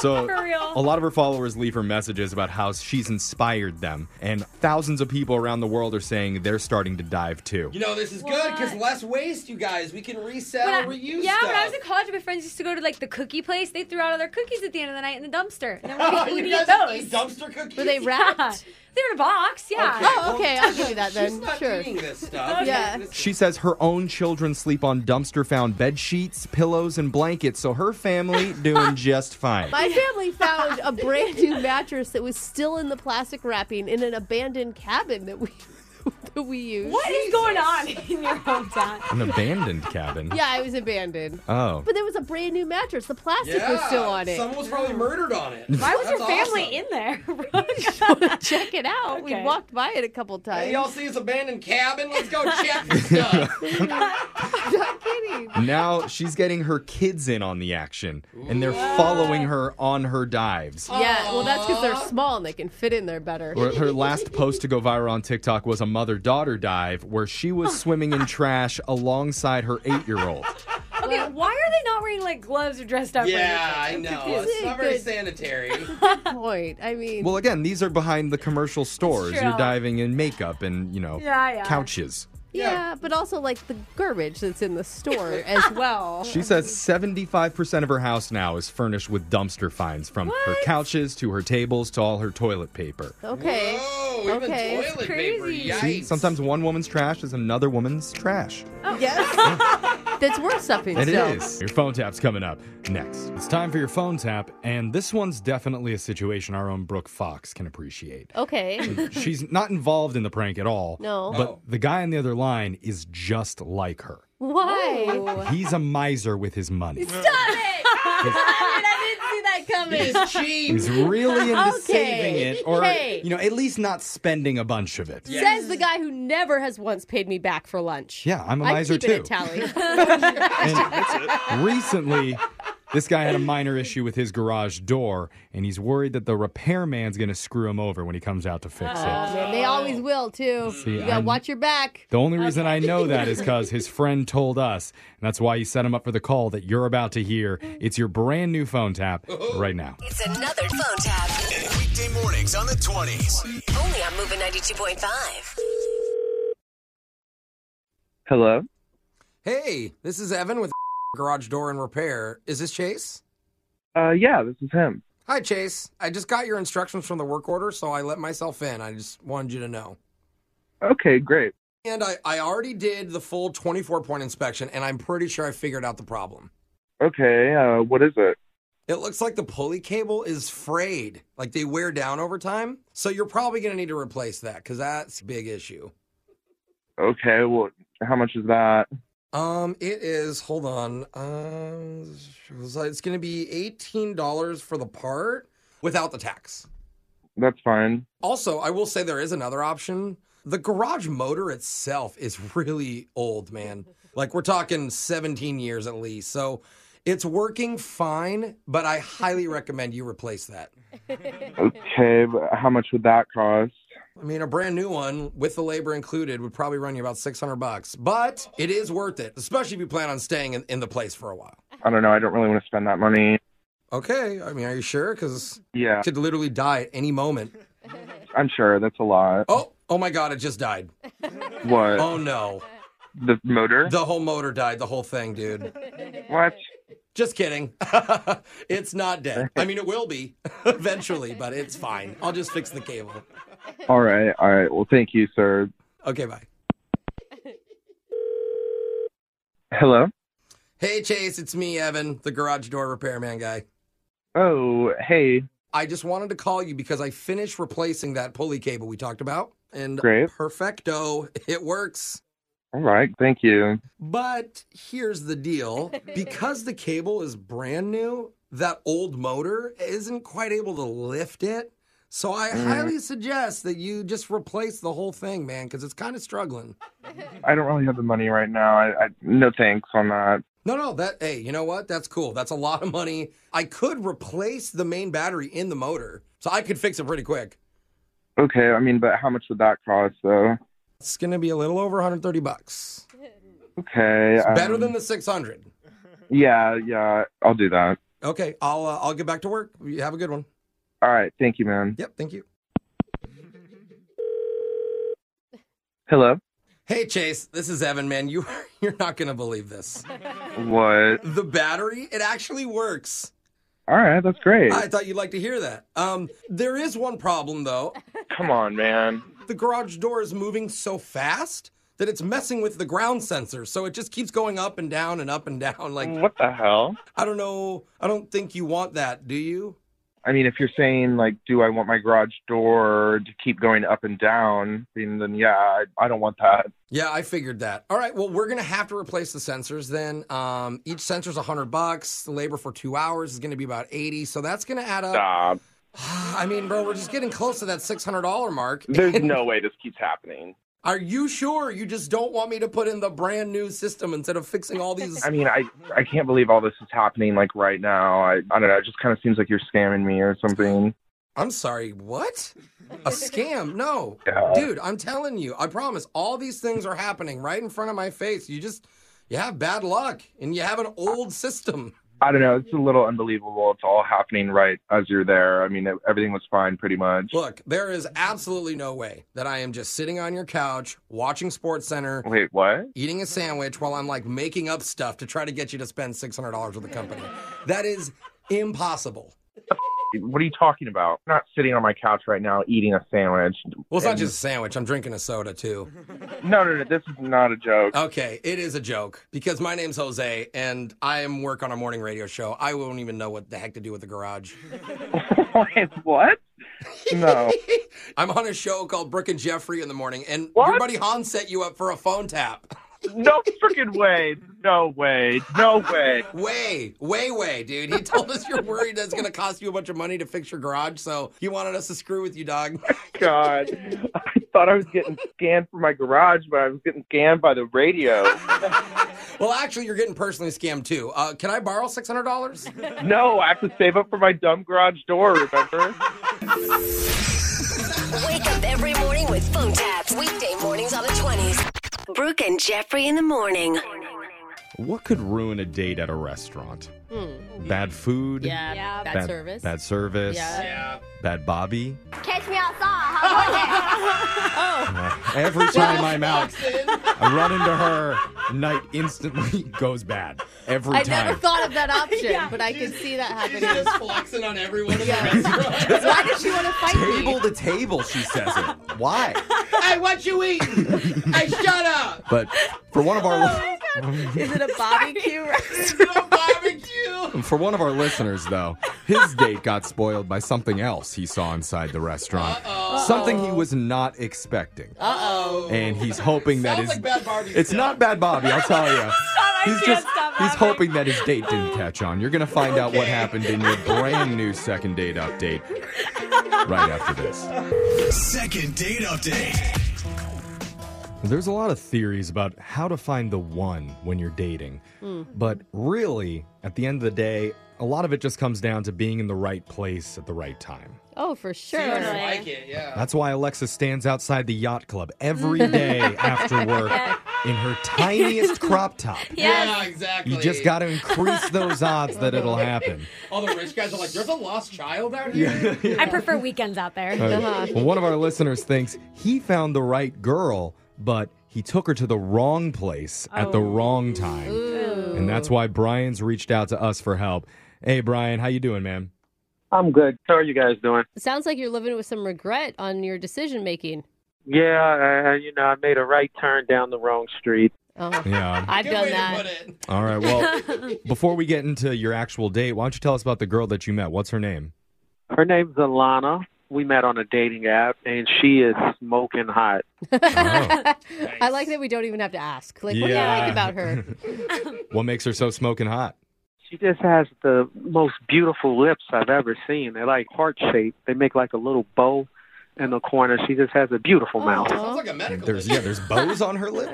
S1: So
S4: For real.
S1: a lot of her followers leave her messages about how she's inspired them, and thousands of people around the world are saying they're starting to dive too.
S6: you know, this is good because
S4: What?
S6: less waste, you guys. We can resell,
S4: When I-
S6: reuse
S4: yeah,
S6: stuff.
S4: when I was in college, my friends used to go to like the cookie place. They threw out all their cookies at the end of the night in the dumpster, and then we
S6: you
S4: would eat
S6: guys don't eat
S4: those.
S6: dumpster cookies.
S2: Were they
S4: Yeah.
S2: wrapped?
S4: They were in a box. Yeah.
S6: Okay.
S2: Oh, okay. I'll give you that
S6: She's
S2: then.
S6: not
S2: Sure.
S6: eating this stuff.
S2: Yeah.
S6: This is-
S1: She says her own children sleep on dumpster found bed sheets, pillows, and blankets, so her family doing just fine.
S2: My family found a brand new mattress that was still in the plastic wrapping in an abandoned cabin that we that we use.
S4: What is going on in your hometown?
S1: An abandoned cabin.
S2: Yeah, it was abandoned.
S1: Oh.
S2: But there was a brand new mattress. The plastic
S6: Yeah,
S2: was still on it.
S6: Someone was probably murdered on it.
S4: Why was
S6: That's
S4: your family
S6: awesome.
S4: in there?
S2: Check it out. We
S4: Okay.
S2: walked by it a couple times.
S6: Hey, y'all see this abandoned cabin? Let's go check this stuff.
S2: Not kidding.
S1: Now she's getting her kids in on the action, and they're following her on her dives.
S2: Yeah, well, that's because they're small and they can fit in there better.
S1: Her her last post to go viral on TikTok was a mother daughter dive where she was swimming in trash alongside her eight year old.
S4: okay, why are they not wearing like gloves or dressed up? or
S6: yeah, I
S4: anything?
S6: know.
S2: This
S6: It's
S2: is
S6: not very
S2: good.
S6: sanitary.
S2: Point. I mean,
S1: Well, again, these are behind the commercial stores.
S4: It's true.
S1: You're diving in makeup and, you know,
S4: Yeah, yeah.
S1: couches.
S2: yeah, but also like the garbage that's in the store as well.
S1: She says 75% of her house now is furnished with dumpster finds from her couches to her tables to all her toilet paper.
S2: Okay.
S6: Oh, even
S2: Okay, it's
S6: toilet
S4: crazy.
S6: paper.
S1: See,
S6: Yikes.
S1: sometimes one woman's trash is another woman's trash.
S2: Yes. Oh. that's worth something.
S1: And it
S2: still.
S1: is. Your phone tap's coming up next. It's time for your phone tap, and this one's definitely a situation our own Brooke Fox can appreciate.
S2: Okay.
S1: She's not involved in the prank at all.
S2: No.
S1: But
S6: Oh.
S1: the guy on the other line is just like her.
S2: Why?
S1: He's a miser with his money.
S2: I didn't see that coming.
S6: It's cheap.
S1: He's really into
S2: Okay.
S1: saving it, or
S2: Hey.
S1: you know, at least not spending a bunch of it. Yeah,
S2: Says the guy who never has once paid me back for lunch.
S1: I'm a
S2: I'm
S1: miser
S2: keeping
S1: too.
S2: a tally.
S1: And recently, this guy had a minor issue with his garage door, and he's worried that the repairman's going to screw him over when he comes out to fix it.
S2: Oh, Man, they always will too. you gotta
S1: I'm-
S2: watch your back.
S1: The only reason I know that is because his friend told us, and that's why he set him up for the call that you're about to hear. It's your brand new phone tap
S2: Oh.
S1: right now.
S7: It's another phone tap.
S8: Weekday mornings on the 20s.
S7: Only on Moving 92.5.
S9: Hello?
S3: Hey, this is Evan with Garage Door and Repair. Is this Chase?
S9: Uh, yeah, this is him.
S3: Hi, Chase. I just got your instructions from the work order, so I let myself in. I just wanted you to know.
S9: Okay, great.
S3: And I, I already did the full 24 point inspection, and I'm pretty sure I figured out the problem.
S9: Okay, uh, what is it?
S3: It looks like the pulley cable is frayed, like they wear down over time. So you're probably going to need to replace that because that's a big issue.
S9: Okay, well, how much is that?
S3: Um, it is. Hold on. Um, it's going to be eighteen dollars for the part without the tax.
S9: That's fine.
S3: Also, I will say there is another option. The garage motor itself is really old, man. Like we're talking seventeen years at least. So it's working fine, but I highly recommend you replace that.
S9: Okay, but how much would that cost?
S3: I mean, a brand new one with the labor included would probably run you about 600 bucks, but it is worth it, especially if you plan on staying in, in the place for a while.
S9: I don't know, I don't really want to spend that money.
S3: Okay. I mean, are you sure? Because
S9: Yeah,
S3: could literally die at any moment.
S9: I'm sure that's a lot.
S3: Oh, oh my God, it just died.
S9: Uh, What?
S3: Oh no.
S9: The motor?
S3: The whole motor died, the whole thing, dude.
S9: What?
S3: Just kidding. it's not dead. I mean, it will be eventually, but it's fine. I'll just fix the cable.
S9: All right, all right. Well, thank you, sir.
S3: Okay, bye.
S9: Hello?
S3: Hey, Chase, it's me, Evan, the garage door repairman guy.
S9: Oh, hey.
S3: I just wanted to call you because I finished replacing that pulley cable we talked about. And
S9: Great.
S3: perfecto, it works.
S9: All right, thank you.
S3: But here's the deal because the cable is brand new, that old motor isn't quite able to lift it. So I highly suggest that you just replace the whole thing, man, because it's kind of struggling.
S9: I don't really have the money right now. I, I no thanks on that.
S3: No, no, that, hey, you know what? That's cool. That's a lot of money. I could replace the main battery in the motor, so I could fix it pretty quick.
S9: Okay, I mean, but how much would that cost though?
S3: It's going to be a little over 130 bucks.
S9: Okay.
S3: It's better
S9: um,
S3: than the 600.
S9: Yeah, yeah. I'll do that.
S3: Okay, I'll uh, I'll get back to work. You have a good one.
S9: All right, thank you, man.
S3: Yep, thank you.
S9: Hello?
S3: Hey Chase, this is Evan, man. You you're not gonna believe this.
S9: What?
S3: The battery, it actually works.
S9: All right, that's great.
S3: I thought you'd like to hear that. Um, there is one problem though.
S9: Come on, man.
S3: The garage door is moving so fast that it's messing with the ground sensor, so it just keeps going up and down and up and down. Like
S9: What the hell?
S3: I don't know. I don't think you want that, do you?
S9: I mean, if you're saying like, do I want my garage door to keep going up and down? Then, then yeah, I, I don't want that.
S3: Yeah, I figured that. All right, well, we're gonna have to replace the sensors then. Um, each sensor's hundred bucks. The labor for two hours is gonna be about eighty, so that's gonna add up.
S10: Stop.
S3: I mean, bro, we're just getting close to that six hundred dollar mark.
S10: There's no way this keeps happening.
S3: Are you sure you just don't want me to put in the brand new system instead of fixing all these?
S9: I mean, I I can't believe all this is happening like right now. I I don't know. It just kind of seems like you're scamming me or something.
S3: I'm sorry, what? A scam? No.
S9: Yeah.
S3: Dude, I'm telling you, I promise, all these things are happening right in front of my face. You just, you have bad luck and you have an old system.
S9: I don't know. It's a little unbelievable. It's all happening right as you're there. I mean, e-, everything was fine pretty much.
S3: Look, there is absolutely no way that I am just sitting on your couch watching Sports Center,
S9: Wait, what?
S3: eating a sandwich while I'm like making up stuff to try to get you to spend $600 with the company. That is impossible.
S9: What are you talking about? I'm not sitting on my couch right now eating a sandwich.
S3: Well, it's not just a sandwich, I'm drinking a soda too.
S9: No, no, no. This is not a joke.
S3: Okay, it is a joke because my name's Jose and I am work on a morning radio show. I won't even know what the heck to do with the garage.
S9: Wait, what? No.
S3: I'm on a show called Brooke and Jeffrey in the morning, and your
S9: What?
S3: buddy Hans set you up for a phone tap.
S9: No freaking way. No way. No way.
S3: Way, way, way, dude. He told us you're worried that's going to cost you a bunch of money to fix your garage, so he wanted us to screw with you, dog.
S9: God. I thought I was getting scanned for my garage, but I was getting scanned by the radio.
S3: Well, actually, you're getting personally scammed too. Uh, can I borrow $600?
S9: No, I have to save up for my dumb garage door, remember?
S7: Wake up every morning with phone taps. Weekday mornings on the 20s. Brooke and Jeffrey in the morning.
S1: What could ruin a date at a restaurant? Bad food.
S2: Hmm. Yeah,
S4: Yeah.
S2: bad,
S1: Bad
S2: service.
S1: Bad service.
S2: Yeah.
S6: Yeah.
S1: Bad Bobby.
S7: Catch me outside. How about
S6: Oh.
S1: Every time I'm out,
S6: Sin.
S1: I run into her. Night instantly goes bad. Every
S2: I
S1: time.
S2: never thought of that option, but I could see that
S6: She's
S2: happening.
S6: just flexing on everyone in the restaurant.
S2: Why did she want to fight me?
S1: table to table, she says it. Why?
S6: hey, what you eating? hey, shut up.
S1: But for one
S2: Oh
S1: of our
S11: Is it a barbecue
S6: It's
S11: restaurant?
S6: no barbecue.
S1: for one of our listeners though, his date got spoiled by something else he saw inside the restaurant. Something he was not expecting.
S6: Oh.
S1: And he's hoping that
S6: Sounds
S1: his
S6: like bad barbecue.
S1: It's not bad Bobby, I'll tell you. He's
S11: can't
S1: just
S11: stop
S1: he's
S11: laughing.
S1: hoping that his date didn't catch on. You're gonna find out what happened in your brand new second date update right after this.
S8: Second date update.
S1: There's a lot of theories about how to find the one when you're dating.
S2: Hmm.
S1: But really, at the end of the day, a lot of it just comes down to being in the right place at the right time.
S2: Oh, for sure.
S6: I don't like it, yeah.
S1: That's why Alexa stands outside the yacht club every day after work in her tiniest crop top.
S6: Yeah, exactly.
S1: You just got to increase those odds that it'll happen.
S6: All the rich guys are like, there's a lost child out here.
S4: I prefer weekends out there.
S1: Uh, well, one of our listeners thinks he found the right girl, but he took her to the wrong place at the wrong time. And that's why Brian's reached out to us for help. Hey Brian, how you doing, man?
S9: I'm good. How are you guys doing?
S2: Sounds like you're living with some regret on your decision making.
S11: Yeah, uh, you know, I made a right turn down the wrong street.
S2: Oh,
S1: Yeah.
S2: I've
S6: Good
S2: done
S6: way to
S2: that.
S6: put it.
S1: All right. Well, before we get into your actual date, why don't you tell us about the girl that you met? What's her name?
S11: Her name's Alana. We met on a dating app, and she is smoking hot.
S1: Oh.
S2: I like that we don't even have to ask. Like, what do you like
S1: Yeah.
S2: about her?
S1: what makes her so smoking hot?
S11: She just has the most beautiful lips I've ever seen. They're like heart shaped. They make like a little bow in the corner. She just has a beautiful mouth.
S6: Sounds like a medical
S1: There's
S6: issue.
S1: yeah, there's bows on her lip.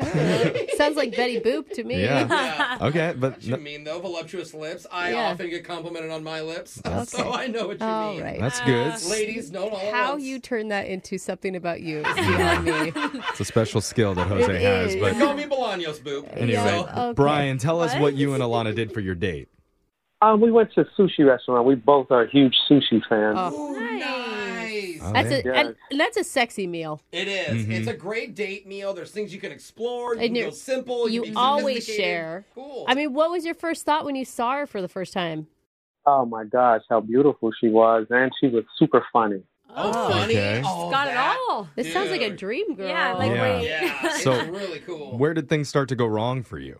S2: Sounds like Betty Boop to me.
S1: yeah.
S6: Yeah.
S1: Okay, but
S6: What you
S1: no-
S6: mean though? Voluptuous lips. I
S2: Yeah.
S6: often get complimented on my lips, so I know what you
S2: All
S6: mean. Uh,
S2: right.
S1: that's good.
S6: Ladies, no, all at
S2: How
S6: once.
S2: you turn that into something about you is beyond me.
S1: It's a special skill that Jose
S2: It
S1: has.
S2: is.
S1: But
S6: Call me Bolaños, boo.
S1: anyway,
S6: So,
S2: okay.
S1: Brian, tell us what you and Alana did for your date.
S11: Um, we went to a sushi restaurant. We both are huge sushi fans.
S6: ooh, nice.
S1: Oh,
S2: That's
S1: yeah.
S2: a and, and that's a sexy meal.
S6: It is.
S1: Mm-hmm.
S6: It's a great date meal. There's things you can explore. You
S2: And
S6: can
S2: you're-
S6: go simple.
S2: you
S6: can be
S2: always
S6: sophisticated.
S2: share.
S6: Cool.
S2: I mean, what was your first thought when you saw her for the first time?
S11: Oh my gosh, how beautiful she was, and she was super funny.
S6: oh, funny.
S1: Okay.
S6: Oh,
S4: Got it
S6: that-
S4: all.
S2: This sounds like a
S6: Dude.
S2: dream girl.
S4: Yeah, like
S1: Yeah.
S4: wait.
S6: Yeah, it's
S1: So-
S6: really cool.
S1: Where did things start to go wrong for you?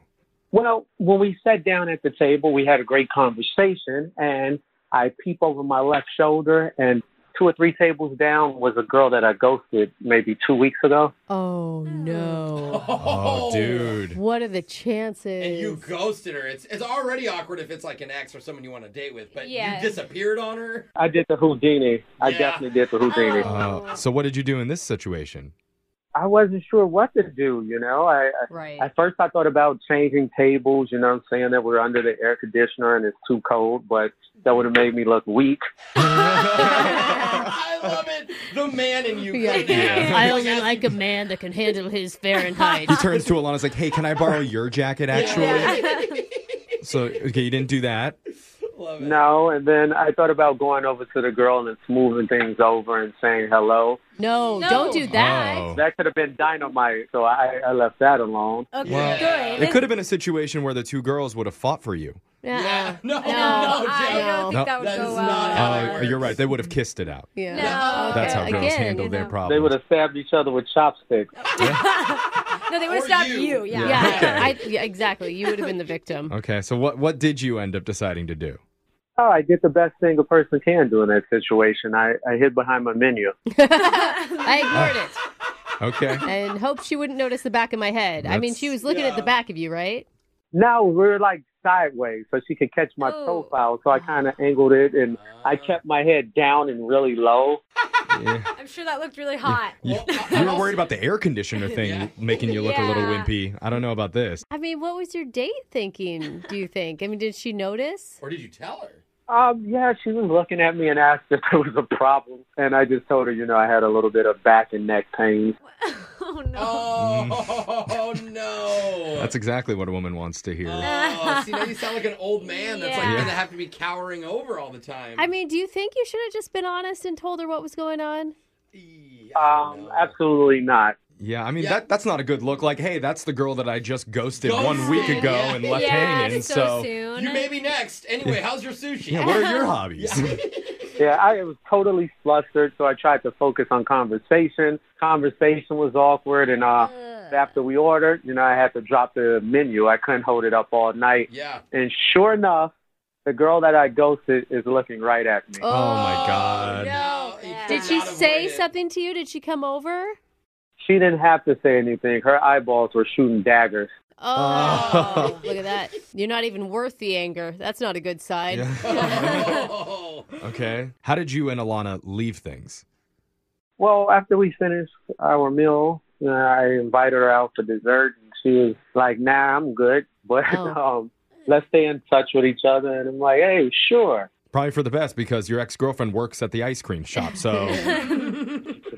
S11: Well, when we sat down at the table, we had a great conversation, and I peep over my left shoulder, and two or three tables down was a girl that I ghosted maybe two weeks ago.
S2: Oh no.
S1: Oh, dude.
S2: What are the chances?
S6: And you ghosted her. It's it's already awkward if it's like an ex or someone you want to date with, but
S4: Yeah.
S6: you disappeared on her.
S11: I did the Houdini. I definitely did the Houdini.
S1: Uh, so what did you do in this situation?
S11: I wasn't sure what to do, you know. I, I
S2: right.
S11: at first I thought about changing tables, you know what I'm saying, that we're under the air conditioner and it's too cold, but that would have made me look weak.
S6: I love it. The man in you.
S2: Yeah. I only like a man that can handle his Fahrenheit.
S1: He turns to Alana's like, "Hey, can I borrow your jacket?" Actually, so okay, you didn't do that.
S11: No, and then I thought about going over to the girl and smoothing things over and saying hello.
S2: No, don't do that.
S1: Oh.
S11: That could have been dynamite, so I, I left that alone.
S4: Okay,
S1: Well,
S4: good.
S1: It could have been a situation where the two girls would have fought for you.
S2: Yeah.
S6: No, no,
S4: I don't
S1: No.
S4: think that would
S6: That
S4: go
S6: is
S4: well.
S6: not how it
S1: Uh, you're right. They would have kissed it out.
S2: Yeah.
S4: No.
S1: That's how girls
S4: Again,
S1: handle
S4: you
S1: their
S4: know.
S1: problems.
S11: They would have stabbed each other with chopsticks.
S4: No, they would have stabbed you. Yeah.
S2: Yeah, I, yeah, exactly. You would have been the victim.
S1: Okay, so what what did you end up deciding to do?
S11: Oh, I did the best thing a person can do in that situation. I, I hid behind my menu.
S2: I ignored it
S1: Okay.
S2: and hoped she wouldn't notice the back of my head. I mean,
S1: That's-
S2: she was looking at the back of you, right?
S11: No, we were like sideways, so she could catch my profile. So I kind of angled it, and I
S1: Ah.
S11: kept my head down and really low.
S4: I'm sure that looked really hot.
S1: You, you were worried about the air conditioner thing making you look a little
S4: Yeah.
S1: wimpy. I don't know about this.
S2: I mean, what was your date thinking, do you think? I mean, did she notice?
S6: Or did you tell her?
S11: Um, yeah, she was looking at me and asked if there was a problem, and I just told her, you know, I had a little bit of back and neck pain.
S4: Oh no.
S6: Oh no.
S1: Mm. That's exactly what a woman wants to hear.
S4: Uh,
S6: Oh, see now you sound like an old man that's
S1: Yeah.
S6: like gonna have to be cowering over all the time.
S2: I mean, do you think you should have just been honest and told her what was going on?
S11: Um, absolutely not.
S1: yeah, I mean that that's not a good look. Like, hey, that's the girl that I just ghosted, one week ago and left hanging. So,
S4: soon.
S6: You may be next. Anyway, how's your sushi?
S1: yeah, what are your hobbies?
S11: Yeah, I was totally flustered, so I tried to focus on conversation. Conversation was awkward, and uh, after we ordered, you know, I had to drop the menu. I couldn't hold it up all night.
S6: Yeah.
S11: And sure enough, the girl that I ghosted is looking right at me.
S1: Oh, my god.
S2: Did she say something to you? Did she come over?
S11: She didn't have to say anything. Her eyeballs were shooting daggers.
S2: Oh, look at that. You're not even worth the anger. That's not a good sign.
S1: Okay. How did you and Alana leave things?
S11: Well, after we finished our meal, you know, I invited her out for dessert. And she was like, nah, I'm good, but
S4: Oh.
S11: um, let's stay in touch with each other. And I'm like, hey, sure.
S1: Probably for the best because your ex girlfriend works at the ice cream shop. So,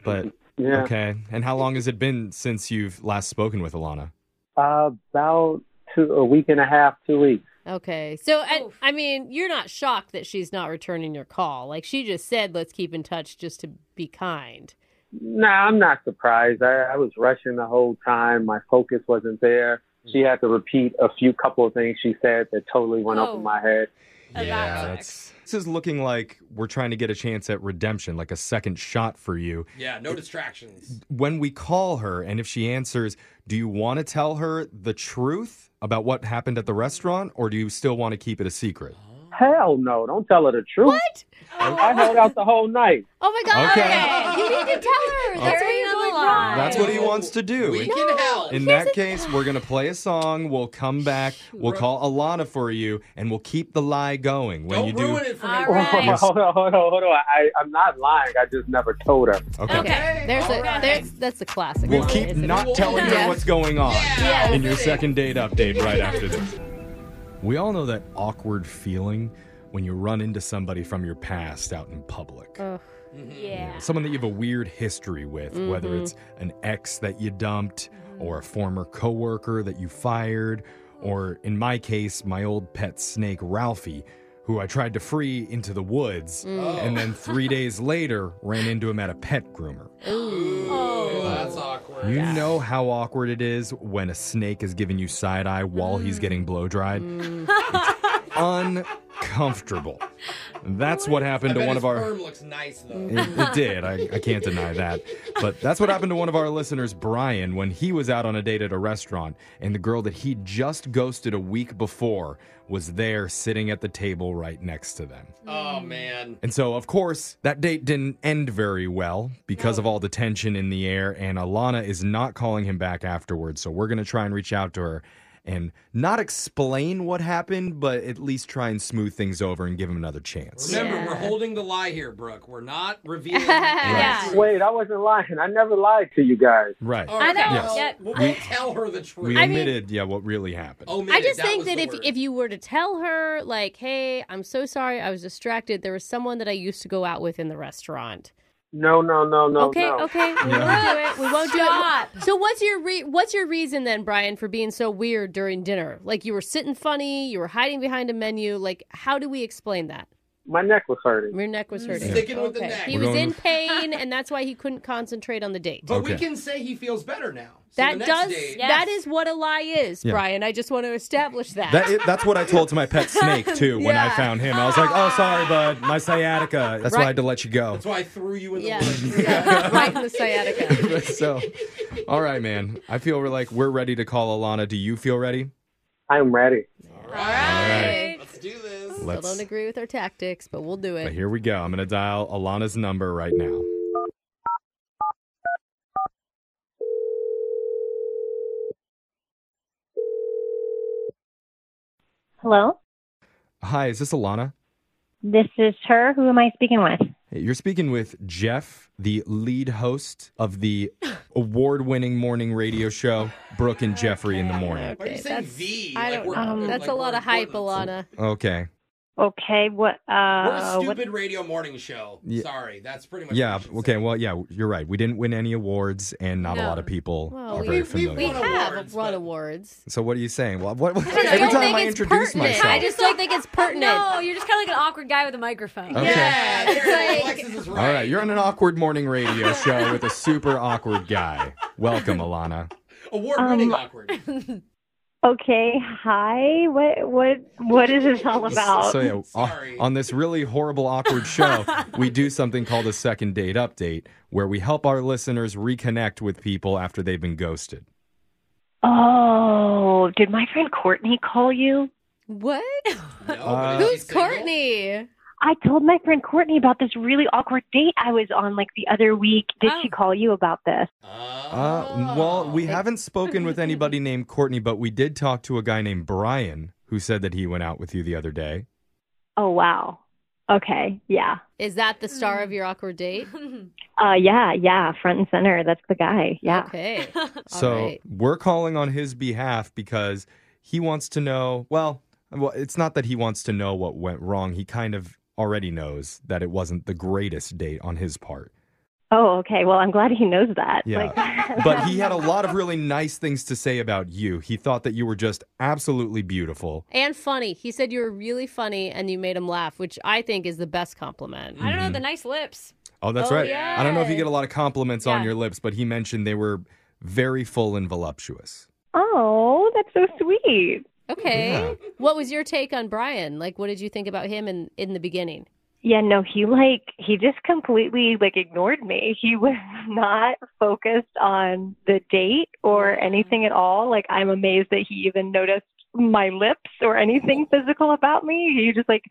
S1: but
S11: Yeah.
S1: okay. And how long has it been since you've last spoken with Alana?
S11: Uh, about two, a week and a half, two weeks.
S2: Okay. So, I, I mean, you're not shocked that she's not returning your call. Like, she just said, let's keep in touch just to be kind.
S11: Nah, I'm not surprised. I, I was rushing the whole time. My focus wasn't there.
S1: Mm.
S11: She had to repeat a few couple of things she said that totally went over
S4: Oh.
S11: my head.
S1: Yeah, that's, this is looking like we're trying to get a chance at redemption, like a second shot for you.
S6: Yeah, no distractions.
S1: When we call her and if she answers, do you want to tell her the truth about what happened at the restaurant or do you still want to keep it a secret?
S11: Hell no, don't tell her the truth. What? I held out the whole night.
S2: Oh my God.
S1: Okay.
S2: okay. You need to tell her. That's
S4: There
S2: where
S4: ain't
S2: you're
S4: no
S2: going
S4: lie.
S2: wrong.
S1: That's what he wants to do.
S6: We can help.
S1: In that case, we're going to play a song. We'll come back. We'll call Alana for you and we'll keep the lie going. When you
S6: Don't
S1: do.
S6: ruin it for me.
S4: All right.
S11: hold on, hold on, hold on. I, I'm not lying. I just never told her.
S1: Okay.
S2: Okay. There's a, there's, that's the classic.
S1: We'll
S2: line,
S1: keep
S2: isn't it?
S1: not telling her
S2: Yeah.
S1: what's going on
S2: Yes.
S1: in your second date update right after this. We all know that awkward feeling when you run into somebody from your past out in public.
S4: Yeah.
S1: Someone that you have a weird history with, whether
S6: Mm-hmm.
S4: Mhm.
S1: it's an ex that you dumped or a former coworker that you fired, or in my case, my old pet snake Ralphie, who I tried to free into the woods
S6: Mm.
S1: and then 3 days later ran into him at a pet groomer.
S6: Ooh, that's
S2: Oh.
S6: awkward.
S1: You know how awkward it is when
S6: Mm.
S1: a snake is giving you side eye while he's getting blow dried? It's uncomfortable. That's what happened
S6: I
S1: to
S6: bet
S1: one
S6: his
S1: of our.
S6: firm looks nice though.
S1: It, it did. I, I can't deny that. But that's what happened to one of our listeners, Brian, when he was out on a date at a restaurant, and the girl that he just ghosted a week before was there sitting at the table right next to them.
S6: Oh
S2: Mm.
S6: man.
S1: And so, of course, that date didn't end very well because of all the tension in the air. And Alana is not calling him back afterwards. So, we're going to try and reach out to her and not explain what happened, but at least try and smooth things over and give him another chance.
S6: Remember, we're holding the lie here, Brooke. We're not revealing.
S11: Wait, I wasn't lying. I never lied to you guys.
S1: Right.
S6: I know.
S1: Yes.
S6: Well, we'll, we'll tell her the truth. Oh,
S1: We admitted, yeah, what really happened.
S2: I just think that if if you were to tell her, like, hey, I'm so sorry, I was distracted. There was someone that I used to go out with in the restaurant.
S11: No, no, Oh, no, no.
S2: okay,
S11: no.
S2: okay, we
S4: Yeah.
S2: won't do it. We won't
S4: Stop.
S2: do it. So what's your re- what's your reason then, Brian, for being so weird during dinner? Like you were sitting funny, you were hiding behind a menu. Like, how do we explain that?
S11: My neck was hurting.
S2: Your neck was hurting.
S6: Mm. Sticking with the
S2: Okay.
S6: neck.
S2: He
S11: We're
S2: was
S11: going
S2: in
S11: with-
S2: pain, and that's why he couldn't concentrate on the date.
S6: But we can say he feels better now. So the
S2: that
S6: next
S2: does
S6: date-
S2: that is what a lie is,
S1: Yeah.
S2: Brian. I just want to establish that.
S1: That, it, that's what I told to my pet snake, too, when I
S2: Yeah.
S1: found him. I was like, oh, sorry, bud, my sciatica. That's why I had to let you go.
S6: That's why I threw you in the
S2: Yeah.
S6: woods.
S2: right in the sciatica.
S1: so, all right, man. I feel we're like we're ready to call Alana. Do you feel ready?
S11: I'm ready.
S1: right.
S6: Let's do this.
S2: Still
S1: Let's-
S2: don't agree with our tactics, but we'll do
S1: But
S2: it.
S1: here we go. I'm gonna dial Alana's number right now.
S12: Hello,
S1: Hi, is this Alana?
S12: this is her. Who am I speaking with?
S1: Hey, You're speaking with Jeff, the lead host of the award-winning morning radio show Brooke and Jeffrey in the morning.
S6: Why are you saying V?
S2: I
S6: Like
S2: don't
S6: we're,
S2: know.
S6: like
S2: That's a
S6: we're
S2: lot of hype, Alana.
S6: important.
S1: Okay.
S12: Okay, what?
S6: We're a
S12: Uh, what-
S6: stupid radio morning show.
S1: Yeah.
S6: Sorry, that's pretty much.
S1: Yeah. Okay. Well, yeah. You're right. We didn't win any awards, and not a
S2: No.
S1: lot of people
S2: Well,
S1: are
S2: we-
S1: very
S2: we-
S1: familiar.
S2: We have run awards.
S1: So what are you saying? Well, what, what-
S2: I
S1: every
S2: don't
S1: time
S2: think
S1: I
S2: it's
S1: introduce
S2: pertinent.
S1: myself,
S2: I just don't think it's pertinent.
S4: No, you're just kind of like an awkward guy with a microphone.
S1: Okay. Yeah,
S4: It's like-
S1: All right, you're on an awkward morning radio show with a super awkward guy. Welcome, Alana.
S6: Award-winning awkward.
S12: um, okay, hi. What? What? What is this all about?
S1: So, yeah, o- on this really horrible, awkward show, we do something called a second date update where we help our listeners reconnect with people after they've been ghosted.
S12: Oh, did my friend Courtney call you?
S2: What?
S1: Uh,
S2: Who's Courtney?
S12: I told my friend Courtney about this really awkward date I was on like the other week. Did she call you about this?
S1: Uh,
S2: Oh.
S1: well, we haven't spoken with anybody named Courtney, but we did talk to a guy named Brian who said that he went out with you the other day.
S12: Oh wow. Okay, yeah.
S2: Is that the star of your awkward date?
S12: Uh, yeah, yeah. Front and center. That's the guy. Yeah.
S2: Okay.
S1: So
S2: All right.
S1: we're calling on his behalf because he wants to know. Well, well, it's not that he wants to know what went wrong. He kind of already knows that it wasn't the greatest date on his part.
S12: Oh, okay. Well, I'm glad he knows that.
S1: Yeah.
S12: Like,
S1: But he had a lot of really nice things to say about you. He thought that you were just absolutely beautiful.
S2: And funny. He said you were really funny and you made him laugh, which I think is the best compliment.
S1: I don't know, Mhm. the
S2: nice lips.
S1: Oh, that's
S2: Oh,
S1: right. I don't know if you
S2: yeah.
S1: get a lot of compliments on
S2: Yeah.
S1: your lips, but he mentioned they were very full and voluptuous.
S12: oh, that's so sweet.
S2: Okay.
S1: Yeah.
S2: What was your take on Brian? Like, what did you think about him in, in the beginning?
S12: Yeah, no, he like he just completely like ignored me. He was not focused on the date or anything at all. Like I'm amazed that he even noticed my lips or anything physical about me. He just like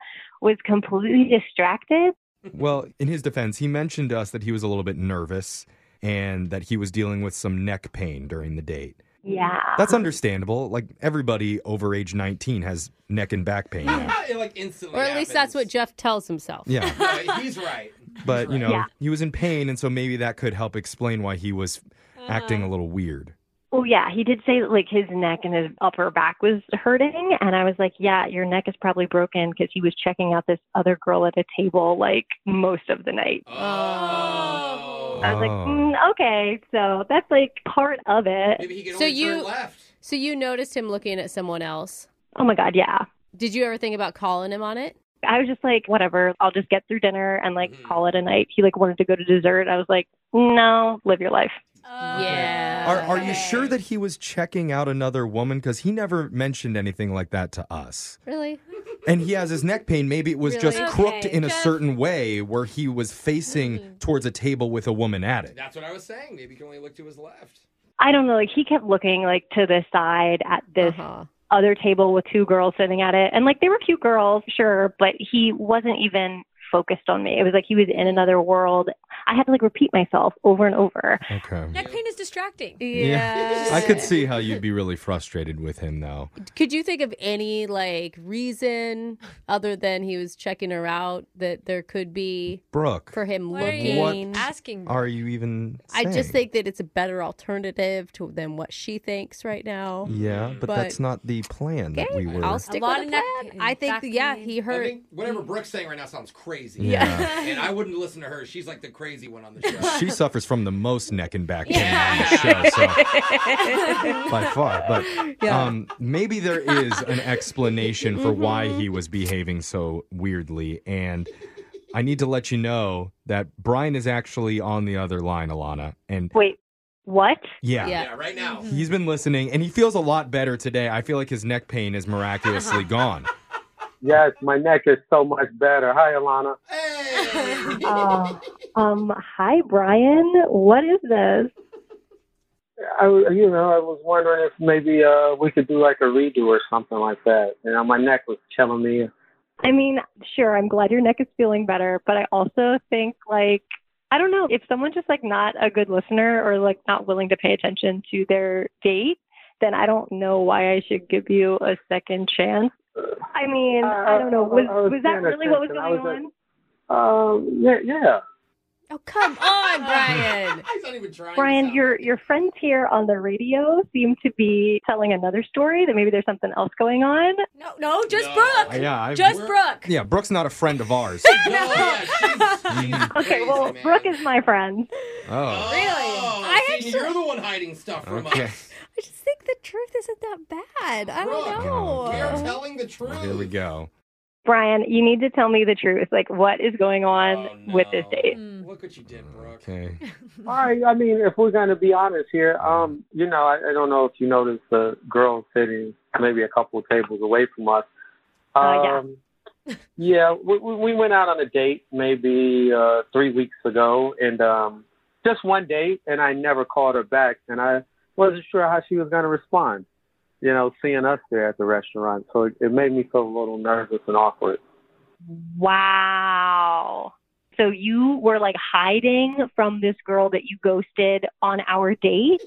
S12: was completely distracted.
S2: Mm-hmm.
S1: Well, in his defense, he mentioned to us that he was a little bit nervous and that he was dealing with some neck pain during the date.
S12: Yeah.
S1: That's understandable. Like everybody over age 19 has neck and back pain. now.
S6: It like instantly.
S2: Or at least that's what Jeff tells himself.
S1: Yeah.
S6: No, he's right.
S1: But, you know,
S12: Yeah.
S1: he was in pain and so maybe that could help explain why he was acting a
S2: Uh-huh.
S1: little weird.
S12: Oh yeah, he did say that, like his neck and his upper back was hurting, and I was like, "Yeah, your neck is probably broken because he was checking out this other girl at a table like most of the night."
S2: Oh.
S12: I was like, mm, "Okay, so that's like part of it."
S2: so you so you noticed him looking at someone else.
S12: Oh my god, yeah.
S2: Did you ever think about calling him on it?
S12: I was just like, whatever, I'll just get through dinner and like call it a night. He like wanted to go to dessert. I was like, no, live your life.
S2: yeah.
S1: Are, are you sure that he was checking out another woman? Because he never mentioned anything like that to us.
S2: Really?
S1: and he has his neck pain. Maybe it was just
S6: Really?
S1: crooked
S6: Okay,
S1: in a
S6: just-
S1: certain way where he was facing towards a table with a woman at it.
S6: That's what I was saying. Maybe he can only look to his left.
S12: I don't know. Like he kept looking like to the side at this other table with two girls sitting at it, and like they were cute girls, sure, but he wasn't even focused on me. It was like he was in another world. I had to like repeat myself over and over.
S1: Okay.
S4: Neck pain is distracting.
S1: I could see how you'd be really frustrated with him, though.
S2: Could you think of any like reason other than he was checking her out that there could be
S1: Brooke,
S2: for him
S1: what
S2: looking?
S4: asking?
S1: are you even?
S2: I just
S1: saying?
S2: think that it's a better alternative to than what she thinks right now.
S1: Yeah, but, that's not the plan that we were.
S2: I'll stick
S4: lot
S2: with
S4: of
S2: the
S4: neck
S2: plan. I think yeah, he
S6: I
S2: hurt.
S6: think whatever Brooke's saying right now sounds crazy.
S1: Yeah.
S6: and I wouldn't listen to her. She's like the crazy one on the show.
S1: she suffers from the most neck and back pain on the show. So. by far. But
S6: Yeah.
S1: um, maybe there is an explanation for why
S2: Mm-hmm.
S1: he was behaving so weirdly. And I need to let you know that Brian is actually on the other line, Alana. And
S12: Wait, what?
S1: Yeah.
S6: right now.
S2: Mm-hmm.
S1: He's been listening and he feels a lot better today. I feel like his neck pain is miraculously gone.
S11: Yes, my neck is so much better. Hi, Alana.
S12: Uh, um, hi Brian. What is this?
S11: I, w- you know, I was wondering if maybe uh, we could do like a redo or something like that. You know, my neck was killing me.
S12: I mean, sure, I'm glad your neck is feeling better, but I also think like I don't know, if someone's just like not a good listener or like not willing to pay attention to their date, then I don't know why I should give you a second chance. I mean, Uh, I don't know. Was, was that really what was going on?
S11: Um, yeah, yeah.
S2: Oh come on, Brian.
S6: He's not even trying.
S12: Brian, your your friends here on the radio seem to be telling another story that maybe there's something else going on.
S4: No, no, just Brooke.
S1: Yeah, I've-
S4: just Brooke.
S1: Yeah, Brooke's not a friend of ours.
S12: Okay, well, Brooke is my friend.
S1: Oh.
S4: Really?
S6: Oh,
S4: I
S6: see,
S4: actually-
S6: you're the one hiding stuff from
S1: Okay.
S6: us.
S2: I just think the truth isn't that bad. I
S6: Brooke,
S2: don't
S1: we are
S2: know.
S6: Telling the truth.
S1: Here we go.
S12: Brian, you need to tell me the truth. Like, what is going on with this date?
S6: Look what you did, Brooke.
S1: Okay.
S11: All right. I mean, if we're going to be honest here, um, you know, I, I don't know if you noticed the girl sitting maybe a couple of tables away from us. Um,
S12: Uh, yeah.
S11: yeah, we, we we went out on a date maybe uh, three weeks ago, and um, just one date, and I never called her back, and I wasn't sure how she was going to respond. You know, seeing us there at the restaurant, so it, it made me feel a little nervous and awkward.
S12: Wow. So you were like hiding from this girl that you ghosted on our date?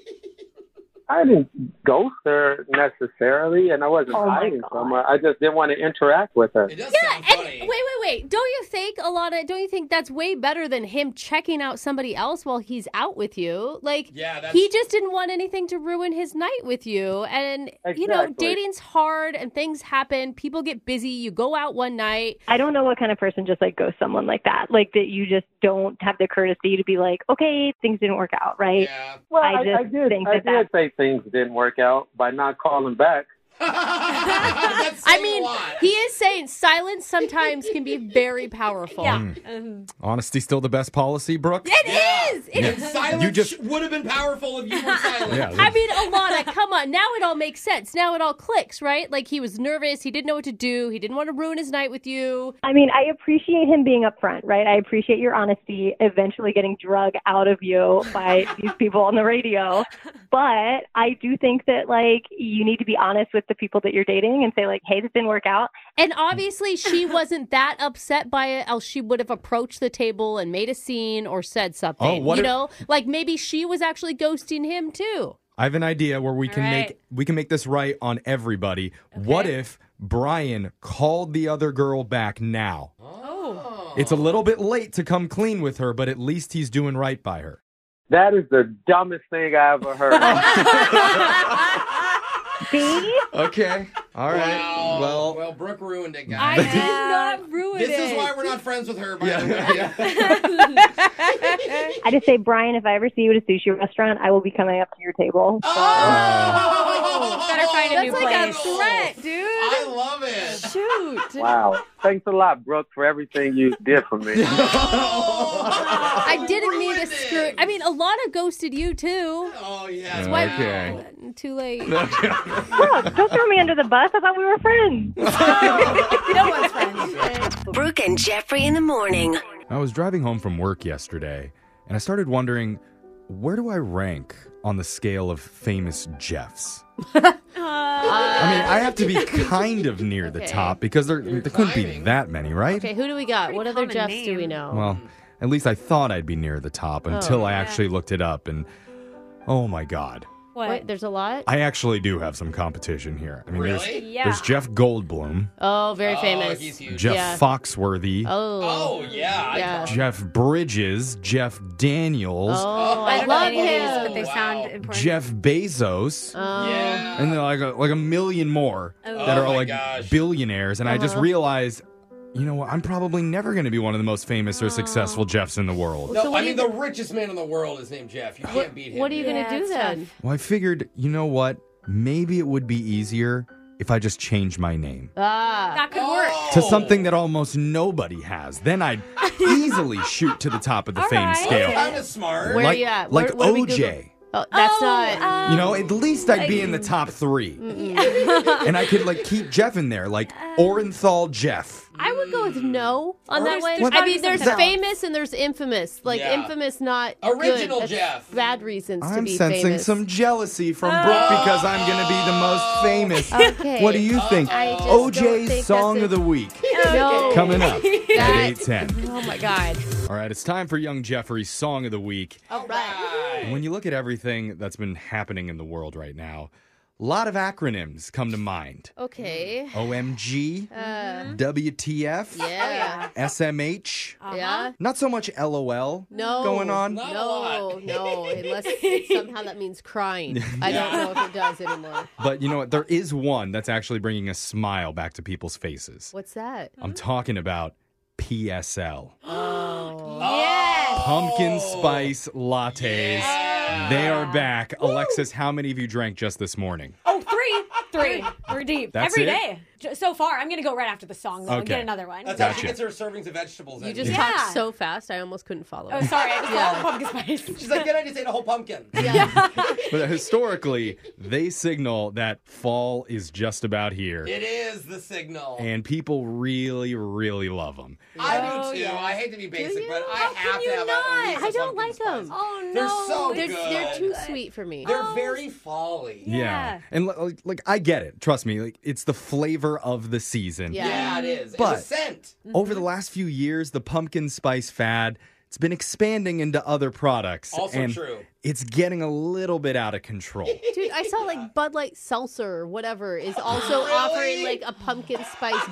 S11: I didn't ghost her necessarily, and I wasn't
S12: Oh, my
S11: hiding from her. I just didn't want to interact with her.
S2: Yeah, and wait, wait, wait. Don't you think a lot of don't you think that's way better than him checking out somebody else while he's out with you? Like
S6: Yeah, that's-
S2: he just didn't want anything to ruin his night with you. And you know,
S12: Exactly.
S2: dating's hard and things happen. People get busy. You go out one night.
S12: I don't know what kind of person just like ghosts someone like that. Like that you just don't have the courtesy to be like, okay, things didn't work out, right?
S11: Yeah. Well, I,
S12: just
S11: I did.
S12: think
S11: I
S12: that that
S11: did say things didn't work out by not calling back.
S2: I mean, he is saying silence sometimes can be very powerful.
S1: Yeah.
S6: Mm.
S1: Mm. Honesty still the best policy, Brooke?
S2: It is. It
S1: Yeah.
S2: is.
S1: Silence You just-
S6: would have been powerful if you were silent.
S1: Yeah.
S2: I mean, Alana, come on. Now it all makes sense. Now it all clicks, right? Like he was nervous. He didn't know what to do. He didn't want to ruin his night with you.
S12: I mean, I appreciate him being upfront, right? I appreciate your honesty, eventually getting drug out of you by these people on the radio. But I do think that, like, you need to be honest with the people that you're dating and say, like, hey, this didn't work out.
S2: And obviously, she wasn't that upset by it, else she would have approached the table and made a scene or said something.
S1: Oh, what
S2: you
S1: if-
S2: know, like maybe she was actually ghosting him too.
S1: I have an idea where we can
S2: right.
S1: make we can make this right on everybody. What if Brian called the other girl back now?
S2: Oh.
S1: It's a little bit late to come clean with her, but at least he's doing right by her.
S11: That is the dumbest thing I ever heard.
S12: See?
S1: Okay. All right.
S6: Wow.
S1: Well,
S6: well, Brooke ruined it,
S1: I
S6: guys.
S1: did
S4: not ruin
S6: this This
S4: it.
S6: is why we're not friends with her. By the way.
S12: I just say, Brian, if I ever see you at a sushi restaurant, I will be coming up to your table.
S6: Oh,
S4: Better find a
S2: That's
S4: new
S2: like
S4: place.
S2: a threat, dude. I
S6: love it.
S2: Shoot.
S11: Wow. Thanks a lot, Brooke, for everything you did for me.
S2: I didn't mean to screw. I mean, Alana ghosted you too.
S6: Oh yeah.
S2: That's why.
S1: Okay.
S2: Too late.
S12: Look, don't throw me under the bus. I thought we were friends.
S7: no one's friends. Brooke and Jeffrey in the morning.
S1: I was driving home from work yesterday and I started wondering where do I rank on the scale of famous Jeffs? I mean, I have to be kind of near the
S2: Okay.
S1: top because there, there couldn't be that many, right?
S2: Okay, who do we got? What other Jeffs do we know?
S1: Well, at least I thought I'd be near the top
S2: Oh,
S1: until I
S2: yeah.
S1: actually looked it up and oh my god.
S2: What? There's a lot.
S1: I actually do have some competition here. I mean, there's,
S2: Really? Yeah.
S1: there's Jeff Goldblum,
S2: Oh, very famous.
S1: Jeff
S2: Yeah.
S1: Foxworthy,
S2: Oh. Oh yeah. Yeah.
S1: Jeff Bridges, Jeff Daniels,
S2: Oh, I,
S4: don't know
S2: love
S4: any of these,
S2: him.
S4: but they sound important.
S1: Jeff Bezos,
S2: Oh.
S1: and then like a, like a million more
S4: Oh.
S1: that
S4: Oh
S1: are
S4: my
S1: like billionaires. And I just
S2: Uh-huh.
S1: realized, you know what? I'm probably never going to be one of the most famous
S2: Oh.
S1: or successful Jeffs in the world.
S6: No, I mean the richest man in the world is named Jeff. You can't beat him.
S2: What are you gonna do then?
S1: Well, I figured, you know what? Maybe it would be easier if I just changed my name
S2: Ah.
S4: That could work.
S6: Oh.
S1: to something that almost nobody has. Then I'd easily shoot to the top of the fame scale.
S6: Kind of smart.
S1: Where Like- you at? like Where- where do we Google- OJ.
S2: Oh, that's
S6: um,
S2: not.
S1: you know, at least I'd be in the top three. and I could like keep Jeff in there, like Orenthal Jeff.
S2: I would go with no on that
S4: There's-
S2: one.
S4: there's
S2: I
S4: gotta
S2: mean,
S4: be
S2: there's
S4: something else.
S2: famous and there's infamous. Like
S1: Yeah.
S2: infamous, not
S6: Original
S2: good. That's
S6: Jeff.
S2: Bad reasons to
S1: I'm
S2: be
S1: sensing
S2: famous. Ah.
S1: some jealousy from Brooke because I'm going to be the most famous.
S2: Okay.
S1: What do you think?
S2: I just don't
S1: OJ's
S2: think
S1: song
S2: that's
S1: of the week
S2: No.
S1: coming up at
S2: That-
S1: 8:10.
S2: Oh my god.
S1: All right, it's time for Young Jeffrey's song of the week.
S2: All right.
S1: When you look at everything that's been happening in the world right now, a lot of acronyms come to mind.
S2: Okay.
S1: OMG,
S2: Uh,
S1: WTF,
S2: yeah.
S1: SMH.
S2: Yeah.
S1: Not so much LOL
S2: No.
S1: going on.
S2: No, no. Unless it, somehow that means crying. I don't know if it does anymore.
S1: But you know what? There is one that's actually bringing a smile back to people's faces.
S2: What's that?
S1: I'm talking about PSL.
S2: Oh.
S4: Yes.
S1: Pumpkin
S6: Oh,
S1: spice lattes. They are back. Alexis, how many of you drank just this morning?
S4: Oh, three, three. We're deep.
S1: That's
S4: Every
S1: it?
S4: day. J- So far, I'm gonna go right after the song. Though, and get
S1: Okay.
S4: another one.
S6: That's how
S1: Gotcha.
S6: she gets her servings of vegetables.
S2: You
S6: in.
S2: just
S4: Yeah.
S2: talked so fast, I almost couldn't follow.
S4: Oh,
S2: it.
S4: sorry. I just
S2: Yeah.
S4: called it pumpkin spice.
S6: She's like, then I just ate a whole pumpkin.
S1: But historically, they signal that fall is just about here.
S6: It is the signal.
S1: And people really, really love them.
S2: Oh,
S6: I do too. I hate to be basic, but I have to have. At least
S2: I don't like them.
S4: Oh
S6: They're so
S2: they're, Oh.
S6: good.
S2: They're too sweet for me.
S6: They're very folly.
S1: Yeah. And li- like, like, I get it. Trust me. Like it's the flavor of the season.
S6: Yeah, it is. It's
S1: But-
S6: a scent.
S1: Over the last few years, the pumpkin spice fad, it's been expanding into other products.
S6: Also
S1: and
S6: true.
S1: It's getting a little bit out of control.
S2: Dude, I saw like Bud Light Seltzer or whatever is also
S6: Really?
S2: offering like a pumpkin spice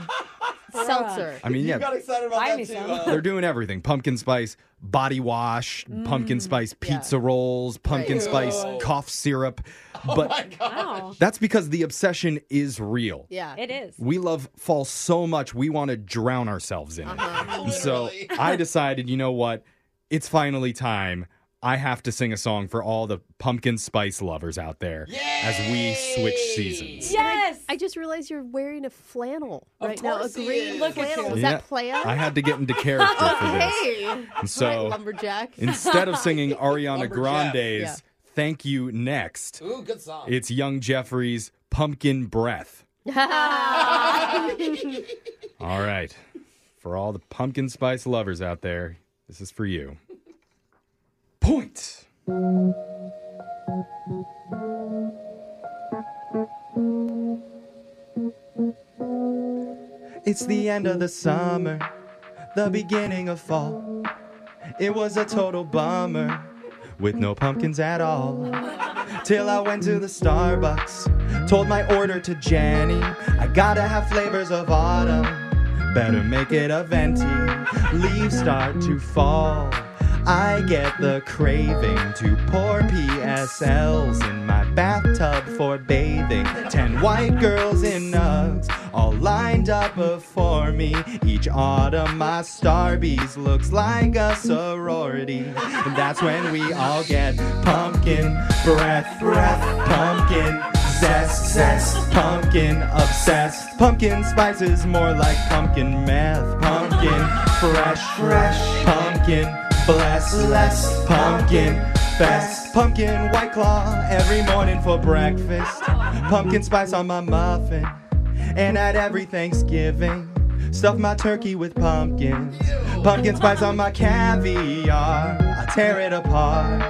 S2: seltzer.
S1: I mean,
S6: You got
S1: yeah.
S6: excited uh, about that too. huh?
S1: They're doing everything. Pumpkin spice body wash, pumpkin spice pizza rolls, pumpkin
S6: Right.
S1: spice
S6: Ew.
S1: cough syrup.
S6: Oh
S1: but
S6: my god.
S4: Wow.
S1: that's because the obsession is real.
S2: Yeah.
S4: It is.
S1: We love fall so much, we want to drown ourselves in it.
S2: Uh-huh.
S1: And So
S6: Literally.
S1: I decided, you know what? It's finally time. I have to sing a song for all the pumpkin spice lovers out there as we switch seasons.
S4: Yes.
S2: I just realized you're wearing a flannel right now. A
S6: course he
S2: green
S6: is.
S4: Look at
S2: flannel.
S4: you.
S2: Was
S1: Yeah,
S2: that planned?
S1: I had to get into character for this.
S2: Hey.
S1: And
S2: All right,
S1: so
S2: lumberjack.
S1: instead of singing Ariana
S6: Lumberjack.
S1: Grande's
S2: Yeah.
S1: Thank You Next,
S6: Ooh, good song.
S1: it's Young Jeffrey's Pumpkin Breath. All right. For all the pumpkin spice lovers out there, this is for you. Point. It's the end of the summer, the beginning of fall. It was a total bummer with no pumpkins at all. Till I went to the Starbucks, told my order to Jenny. I gotta have flavors of autumn, better make it a venti. Leaves start to fall. I get the craving to pour PSLs in my bathtub for bathing. Ten white girls in nugs, all lined up before me. Each autumn, my Starbies looks like a sorority. And that's when we all get pumpkin breath, breath, pumpkin zest, zest. Pumpkin obsessed. Pumpkin spices more like pumpkin meth. Pumpkin fresh, fresh. Pumpkin blessed, blessed. Pumpkin fest. Pumpkin white claw every morning for breakfast. Pumpkin spice on my muffin. And at every Thanksgiving, stuff my turkey with pumpkins. Pumpkin spice on my caviar. I tear it apart.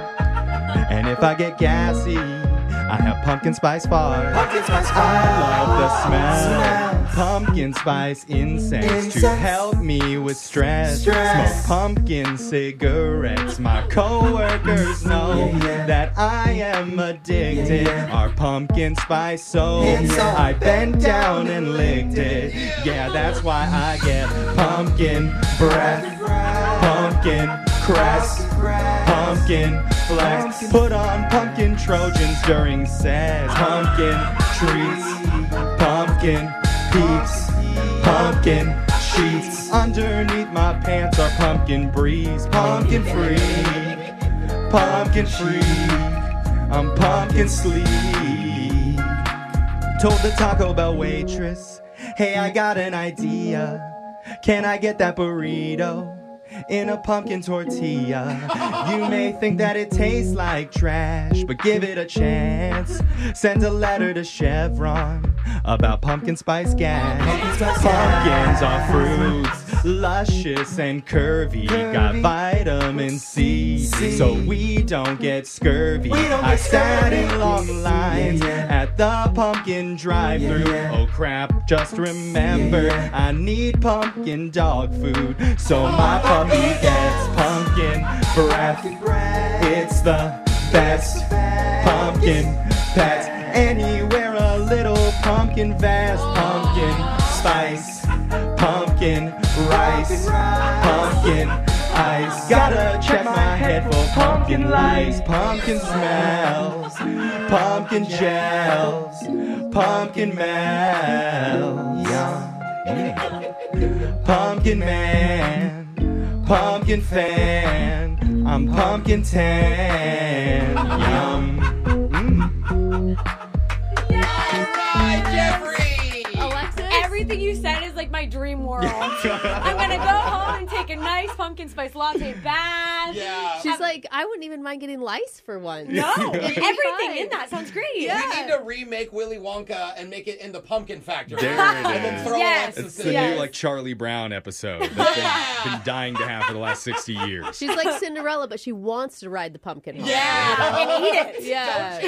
S1: And if I get gassy, I have pumpkin spice farts.
S8: Pumpkin spice
S1: I love the smell.
S8: farts.
S1: Pumpkin spice incense, to
S8: Incense.
S1: help me with stress.
S8: Stress.
S1: Smoke pumpkin cigarettes. My coworkers know
S8: Yeah, yeah.
S1: that I am addicted.
S8: Yeah, yeah.
S1: Our pumpkin spice soap.
S8: It's all-
S1: I bent down and licked it. Yeah, that's why I get pumpkin breath, pumpkin crest, pumpkin flex. Put on pumpkin Trojans during sex. Pumpkin treats, pumpkin peeps, pumpkin sheets. Underneath my pants are pumpkin breeze, pumpkin freak, pumpkin freak. I'm pumpkin sleep. Told the Taco Bell waitress, hey, I got an idea. Can I get that burrito in a pumpkin tortilla? You may think that it tastes like trash, but give it a chance. Send a letter to Chevron about pumpkin spice gas. Pumpkins are fruits, luscious and curvy. Got vitamin C, so we don't get scurvy.
S8: We don't
S1: I
S8: get
S1: sat
S8: scurvy.
S1: in long
S8: Yeah,
S1: lines
S8: yeah.
S1: at the pumpkin drive through. Oh crap, just remember I need pumpkin dog food. So my puppy gets pumpkin breath. It's the best pumpkin pet. Anywhere a little pumpkin vast, pumpkin spice, pumpkin rice, pumpkin ice. Gotta check my head for pumpkin lice, pumpkin smells, pumpkin gels, pumpkin melts. Pumpkin man, pumpkin fan, I'm pumpkin tan. Yum. Mm.
S4: Alexis, everything you said is like my dream world. I'm gonna go home and take a nice pumpkin spice latte bath. Yeah.
S2: She's like, I wouldn't even mind getting lice for once.
S4: No,
S2: It'd be
S4: everything in
S2: fine.
S4: that sounds great.
S6: We need to remake Willy Wonka and make it in the pumpkin factory.
S1: There it
S6: and then
S1: is.
S6: throw
S2: Yes.
S6: Alexis
S1: It's
S6: in
S1: the
S6: there.
S1: new like Charlie Brown episode that they've been dying to have for the last 60 years.
S2: She's like Cinderella, but she wants to ride the pumpkin. horse.
S6: Yeah.
S4: And eat it.
S2: Yeah.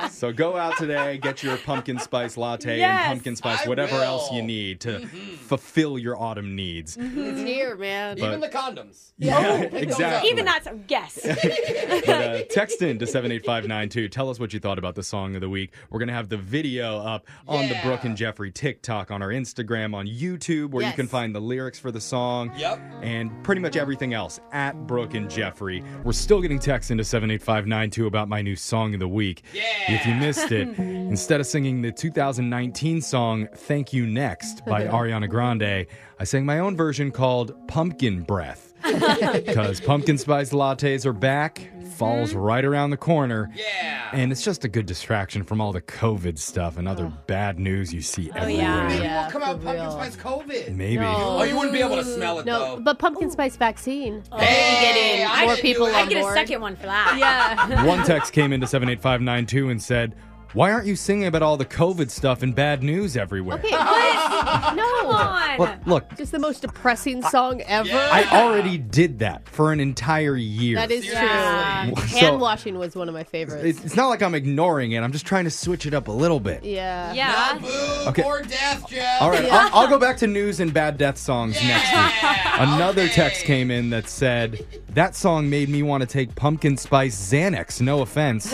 S1: So go out today, get your pumpkin spice latte
S2: Yes,
S1: and pumpkin spice,
S2: I
S1: whatever
S2: will. Mm-hmm.
S1: else you need to fulfill your autumn needs.
S2: It's here, man.
S1: Even But-
S6: the condoms. Oh,
S1: Yeah, exactly.
S4: Even not some guess.
S1: But uh, text in to 78592. Tell us what you thought about the song of the week. We're going to have the video up on the Brooke and Jeffrey TikTok, on our Instagram, on YouTube, where
S8: Yes.
S1: you can find the lyrics for the song.
S8: Yep.
S1: And pretty much everything else at Brooke and Jeffrey. We're still getting texts into 78592 about my new song of the week. Yeah. If you missed it, instead of singing the 2019 song Thank You Next by Ariana Grande, I sang my own version called Pumpkin Breath. Because pumpkin spice lattes are back,
S2: Mm-hmm.
S1: falls right around the corner. Yeah. And it's just a good distraction from all the COVID stuff and
S2: Oh.
S1: other bad news you see
S4: Oh,
S1: everywhere.
S6: Maybe we'll come out with pumpkin spice COVID.
S1: Maybe.
S6: Oh, you wouldn't be able to smell it
S2: No,
S6: though.
S2: but pumpkin spice vaccine.
S6: Hey,
S2: Maybe
S6: I
S2: getting more
S6: should do
S2: people
S6: it.
S2: on
S6: I'd get a
S2: board.
S4: second one for that.
S2: Yeah.
S1: One text came into 78592 and said, Why aren't you singing about all the COVID stuff and bad news everywhere?
S2: Okay, but no. Come on.
S1: Look, look,
S2: Just the most depressing song ever.
S1: I already did that for an entire year.
S2: That is true.
S1: So-
S2: Hand washing was one of my favorites.
S1: It's it's not like I'm ignoring it. I'm just trying to switch it up a little bit.
S2: yeah.
S4: Yeah.
S1: Okay.
S6: Or death, Jeff.
S1: All right, I'll, I'll go back to news and bad death songs next week. Another text came in that said that song made me want to take pumpkin spice Xanax. No offense,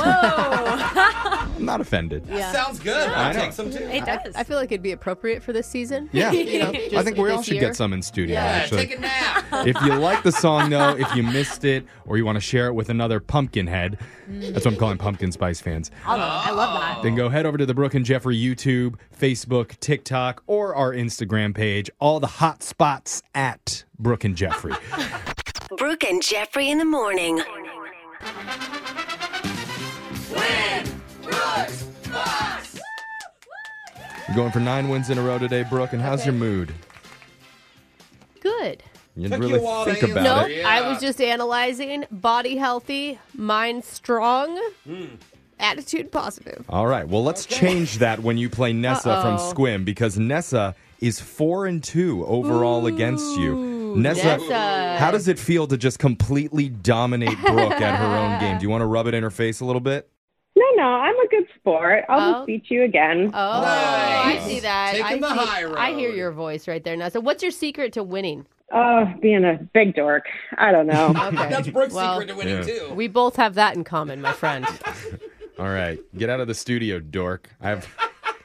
S1: I'm not offended.
S2: Yeah.
S6: Sounds good.
S1: I
S6: I'll
S1: know.
S6: take some too.
S2: It does. I, feel like it'd be appropriate for this season.
S1: Yeah,
S2: You know,
S1: I
S2: just
S1: think we all
S2: this
S1: should
S2: year.
S1: get some in studio.
S2: Yeah,
S1: actually,
S2: take
S1: if you like the song though, if you missed it or you want to share it with another pumpkin head, that's what I'm calling pumpkin spice fans.
S4: Oh,
S2: I love- I love that.
S1: Then go head over to the Brooke and Jeffrey YouTube, Facebook, TikTok, or our Instagram page. All the hot spots at Brooke and Jeffrey.
S7: Brooke and Jeffrey in the morning.
S8: Brooks Box.
S1: You're going for nine wins in a row today, Brooke. And how's your mood?
S2: Good.
S1: You
S6: Took
S1: didn't
S6: you
S1: really
S6: a while to
S1: think about
S2: No,
S1: it.
S2: I was just analyzing body healthy, mind strong, attitude positive.
S1: All right. Well, let's change that when you play Nessa from
S2: Uh-oh.
S1: Squim because Nessa is four and two overall against you. Nessa,
S2: Nessa.
S1: how does it feel to just completely dominate Brooke at her own game? Do you want to rub it in her face a little bit?
S13: No, no, I'm a good sport. I'll just beat you again.
S2: Oh, I see that.
S13: Taking
S2: I
S13: the
S2: see-
S13: high road.
S2: I hear your voice right there, Nessa. What's your secret to winning?
S13: Oh, being a big dork. I don't know.
S2: Okay. That's
S6: Brooke's
S2: secret
S6: to
S1: winning, Yeah.
S2: too. We both have that in common, my friend.
S1: All right. Get out of the studio, dork. I have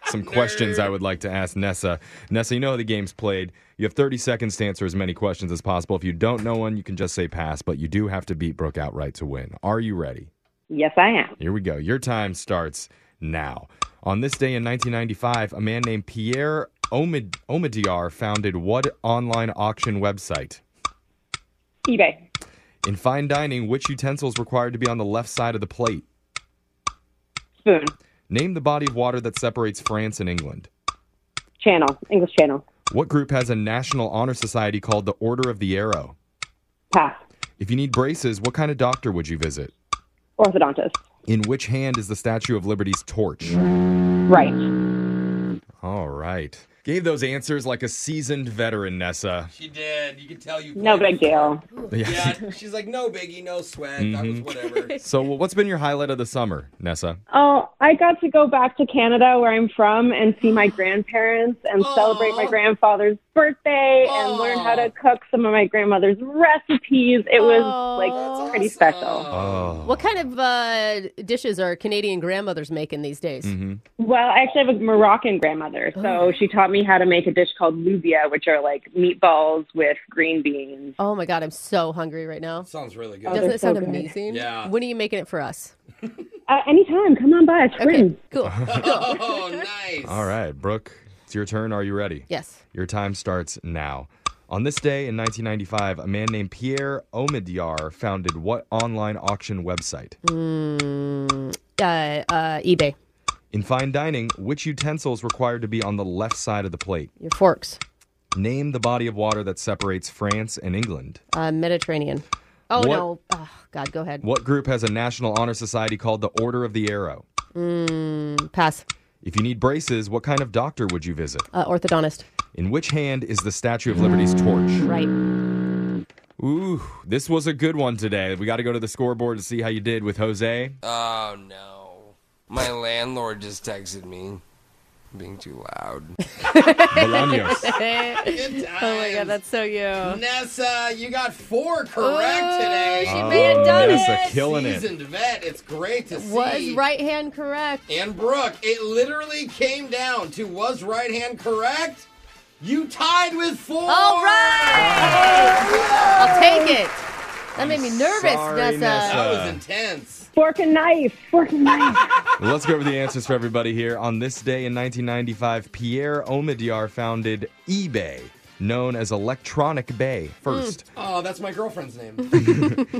S1: some questions I would like to ask Nessa. Nessa, you know how the game's played. You have 30 seconds to answer as many questions as possible. If you don't know one, you can just say pass, but you do have to beat Brooke outright to win. Are you ready?
S13: Yes, I am.
S1: Here we go. Your time starts now. On this day in 1995, a man named Pierre Omid- Omidyar founded what online auction website?
S13: eBay.
S1: In fine dining, which utensil is required to be on the left side of the plate?
S13: Spoon.
S1: Name the body of water that separates France and England.
S13: Channel. English channel.
S1: What group has a national honor society called the Order of the Arrow?
S13: Pass.
S1: If you need braces, what kind of doctor would you visit?
S13: Orthodontist.
S1: In which hand is the Statue of Liberty's torch?
S13: Right.
S1: All right. Gave those answers like a seasoned veteran, Nessa.
S6: She did. You could tell you.
S13: No big deal.
S1: Yeah.
S6: Yeah. She's like, no biggie, no sweat. That was
S1: Mhm.
S6: whatever.
S1: So, wh- what's been your highlight of the summer, Nessa?
S13: Oh, I got to go back to Canada where I'm from and see my grandparents and celebrate my grandfather's birthday and learn how to cook some of my grandmother's recipes. It was like pretty special.
S1: Oh.
S2: What kind of uh, dishes are Canadian grandmothers making these days?
S1: Mm-hmm.
S13: Well, I actually have a Moroccan grandmother, so
S2: Oh.
S13: she taught me how to make a dish called lubia, which are like meatballs with green beans.
S2: Oh my god, I'm so hungry right now.
S6: Sounds really good.
S2: Doesn't
S13: they're
S2: it
S13: Oh, so
S2: sound
S13: good.
S2: amazing?
S6: Yeah.
S2: When are you making it for us?
S13: Uh, anytime, come on by. It's
S2: Okay, cool.
S6: oh, nice.
S1: All right, Brooke, it's your turn. Are you ready?
S2: Yes.
S1: Your time starts now. On this day in 1995, a man named Pierre Omidyar founded what online auction website?
S2: Mm, uh, uh, eBay.
S1: In fine dining, which utensil is required to be on the left side of the plate?
S2: Your forks.
S1: Name the body of water that separates France and England.
S2: Uh, Mediterranean. Oh
S1: What-
S2: no. Oh, god, go ahead.
S1: What group has a national honor society called the Order of the Arrow?
S2: Mm, pass.
S1: If you need braces, what kind of doctor would you visit?
S2: Uh, orthodontist.
S1: In which hand is the Statue of Liberty's torch?
S2: Right.
S1: Ooh, this was a good one today. We got to go to the scoreboard to see how you did with Jose.
S3: Oh no. My landlord just texted me being too loud.
S1: Bolaños.
S2: oh my god, that's so you. Oh,
S6: Nessa, you got four correct today.
S1: she may have Oh, done Nessa it. killing it.
S6: Seasoned vet. It's great to see.
S2: Was right hand correct?
S6: And Brooke, it literally came down to was right hand correct? You tied with four. All right.
S2: I'll take it. That made me nervous,
S1: sorry,
S2: Nessa.
S1: Nessa.
S6: That was intense.
S13: Fork and knife. Fork and knife.
S1: Well, let's go over the answers for everybody here. On this day in 1995, Pierre Omidyar founded eBay, known as Electronic Bay. First,
S6: Oh, that's my girlfriend's name.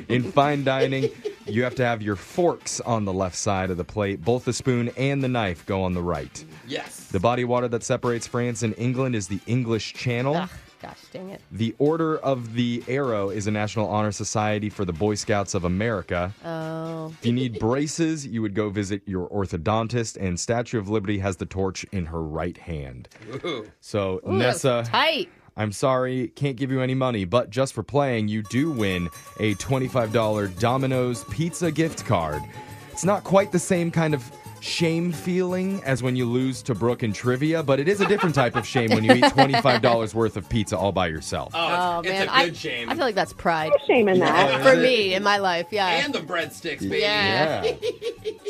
S1: in fine dining, you have to have your forks on the left side of the plate. Both the spoon and the knife go on the right.
S6: yes.
S1: The body of water that separates France and England is the English Channel.
S2: Gosh, dang it.
S1: The Order of the Arrow is a National Honor Society for the Boy Scouts of America.
S2: Oh.
S1: If you need braces, you would go visit your orthodontist, and Statue of Liberty has the torch in her right hand. So,
S2: Ooh, that's
S1: Nessa,
S2: tight.
S1: I'm sorry, can't give you any money, but just for playing, you do win a $25 Domino's pizza gift card. It's not quite the same kind of shame feeling as when you lose to Brooke in trivia, but it is a different type of shame when you eat $25 worth of pizza all by yourself.
S2: Oh, man,
S6: a
S2: I-
S6: good shame.
S2: I, feel like that's pride.
S13: shame in
S1: that.
S2: for me in my life. Yeah.
S6: And the breadsticks, baby.
S2: Yeah.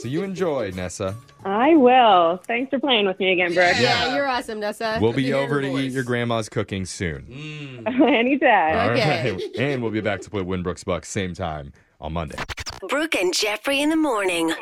S1: So you enjoy, Nessa.
S13: I will. Thanks for playing with me again, Brooke.
S1: Yeah.
S2: You're awesome, Nessa.
S1: We'll be over to eat your grandma's cooking soon.
S13: Anytime.
S1: All
S7: Okay.
S1: right. And we'll be back to play Winbrook's Bucks same time on Monday.
S7: Brooke and Jeffrey in the morning.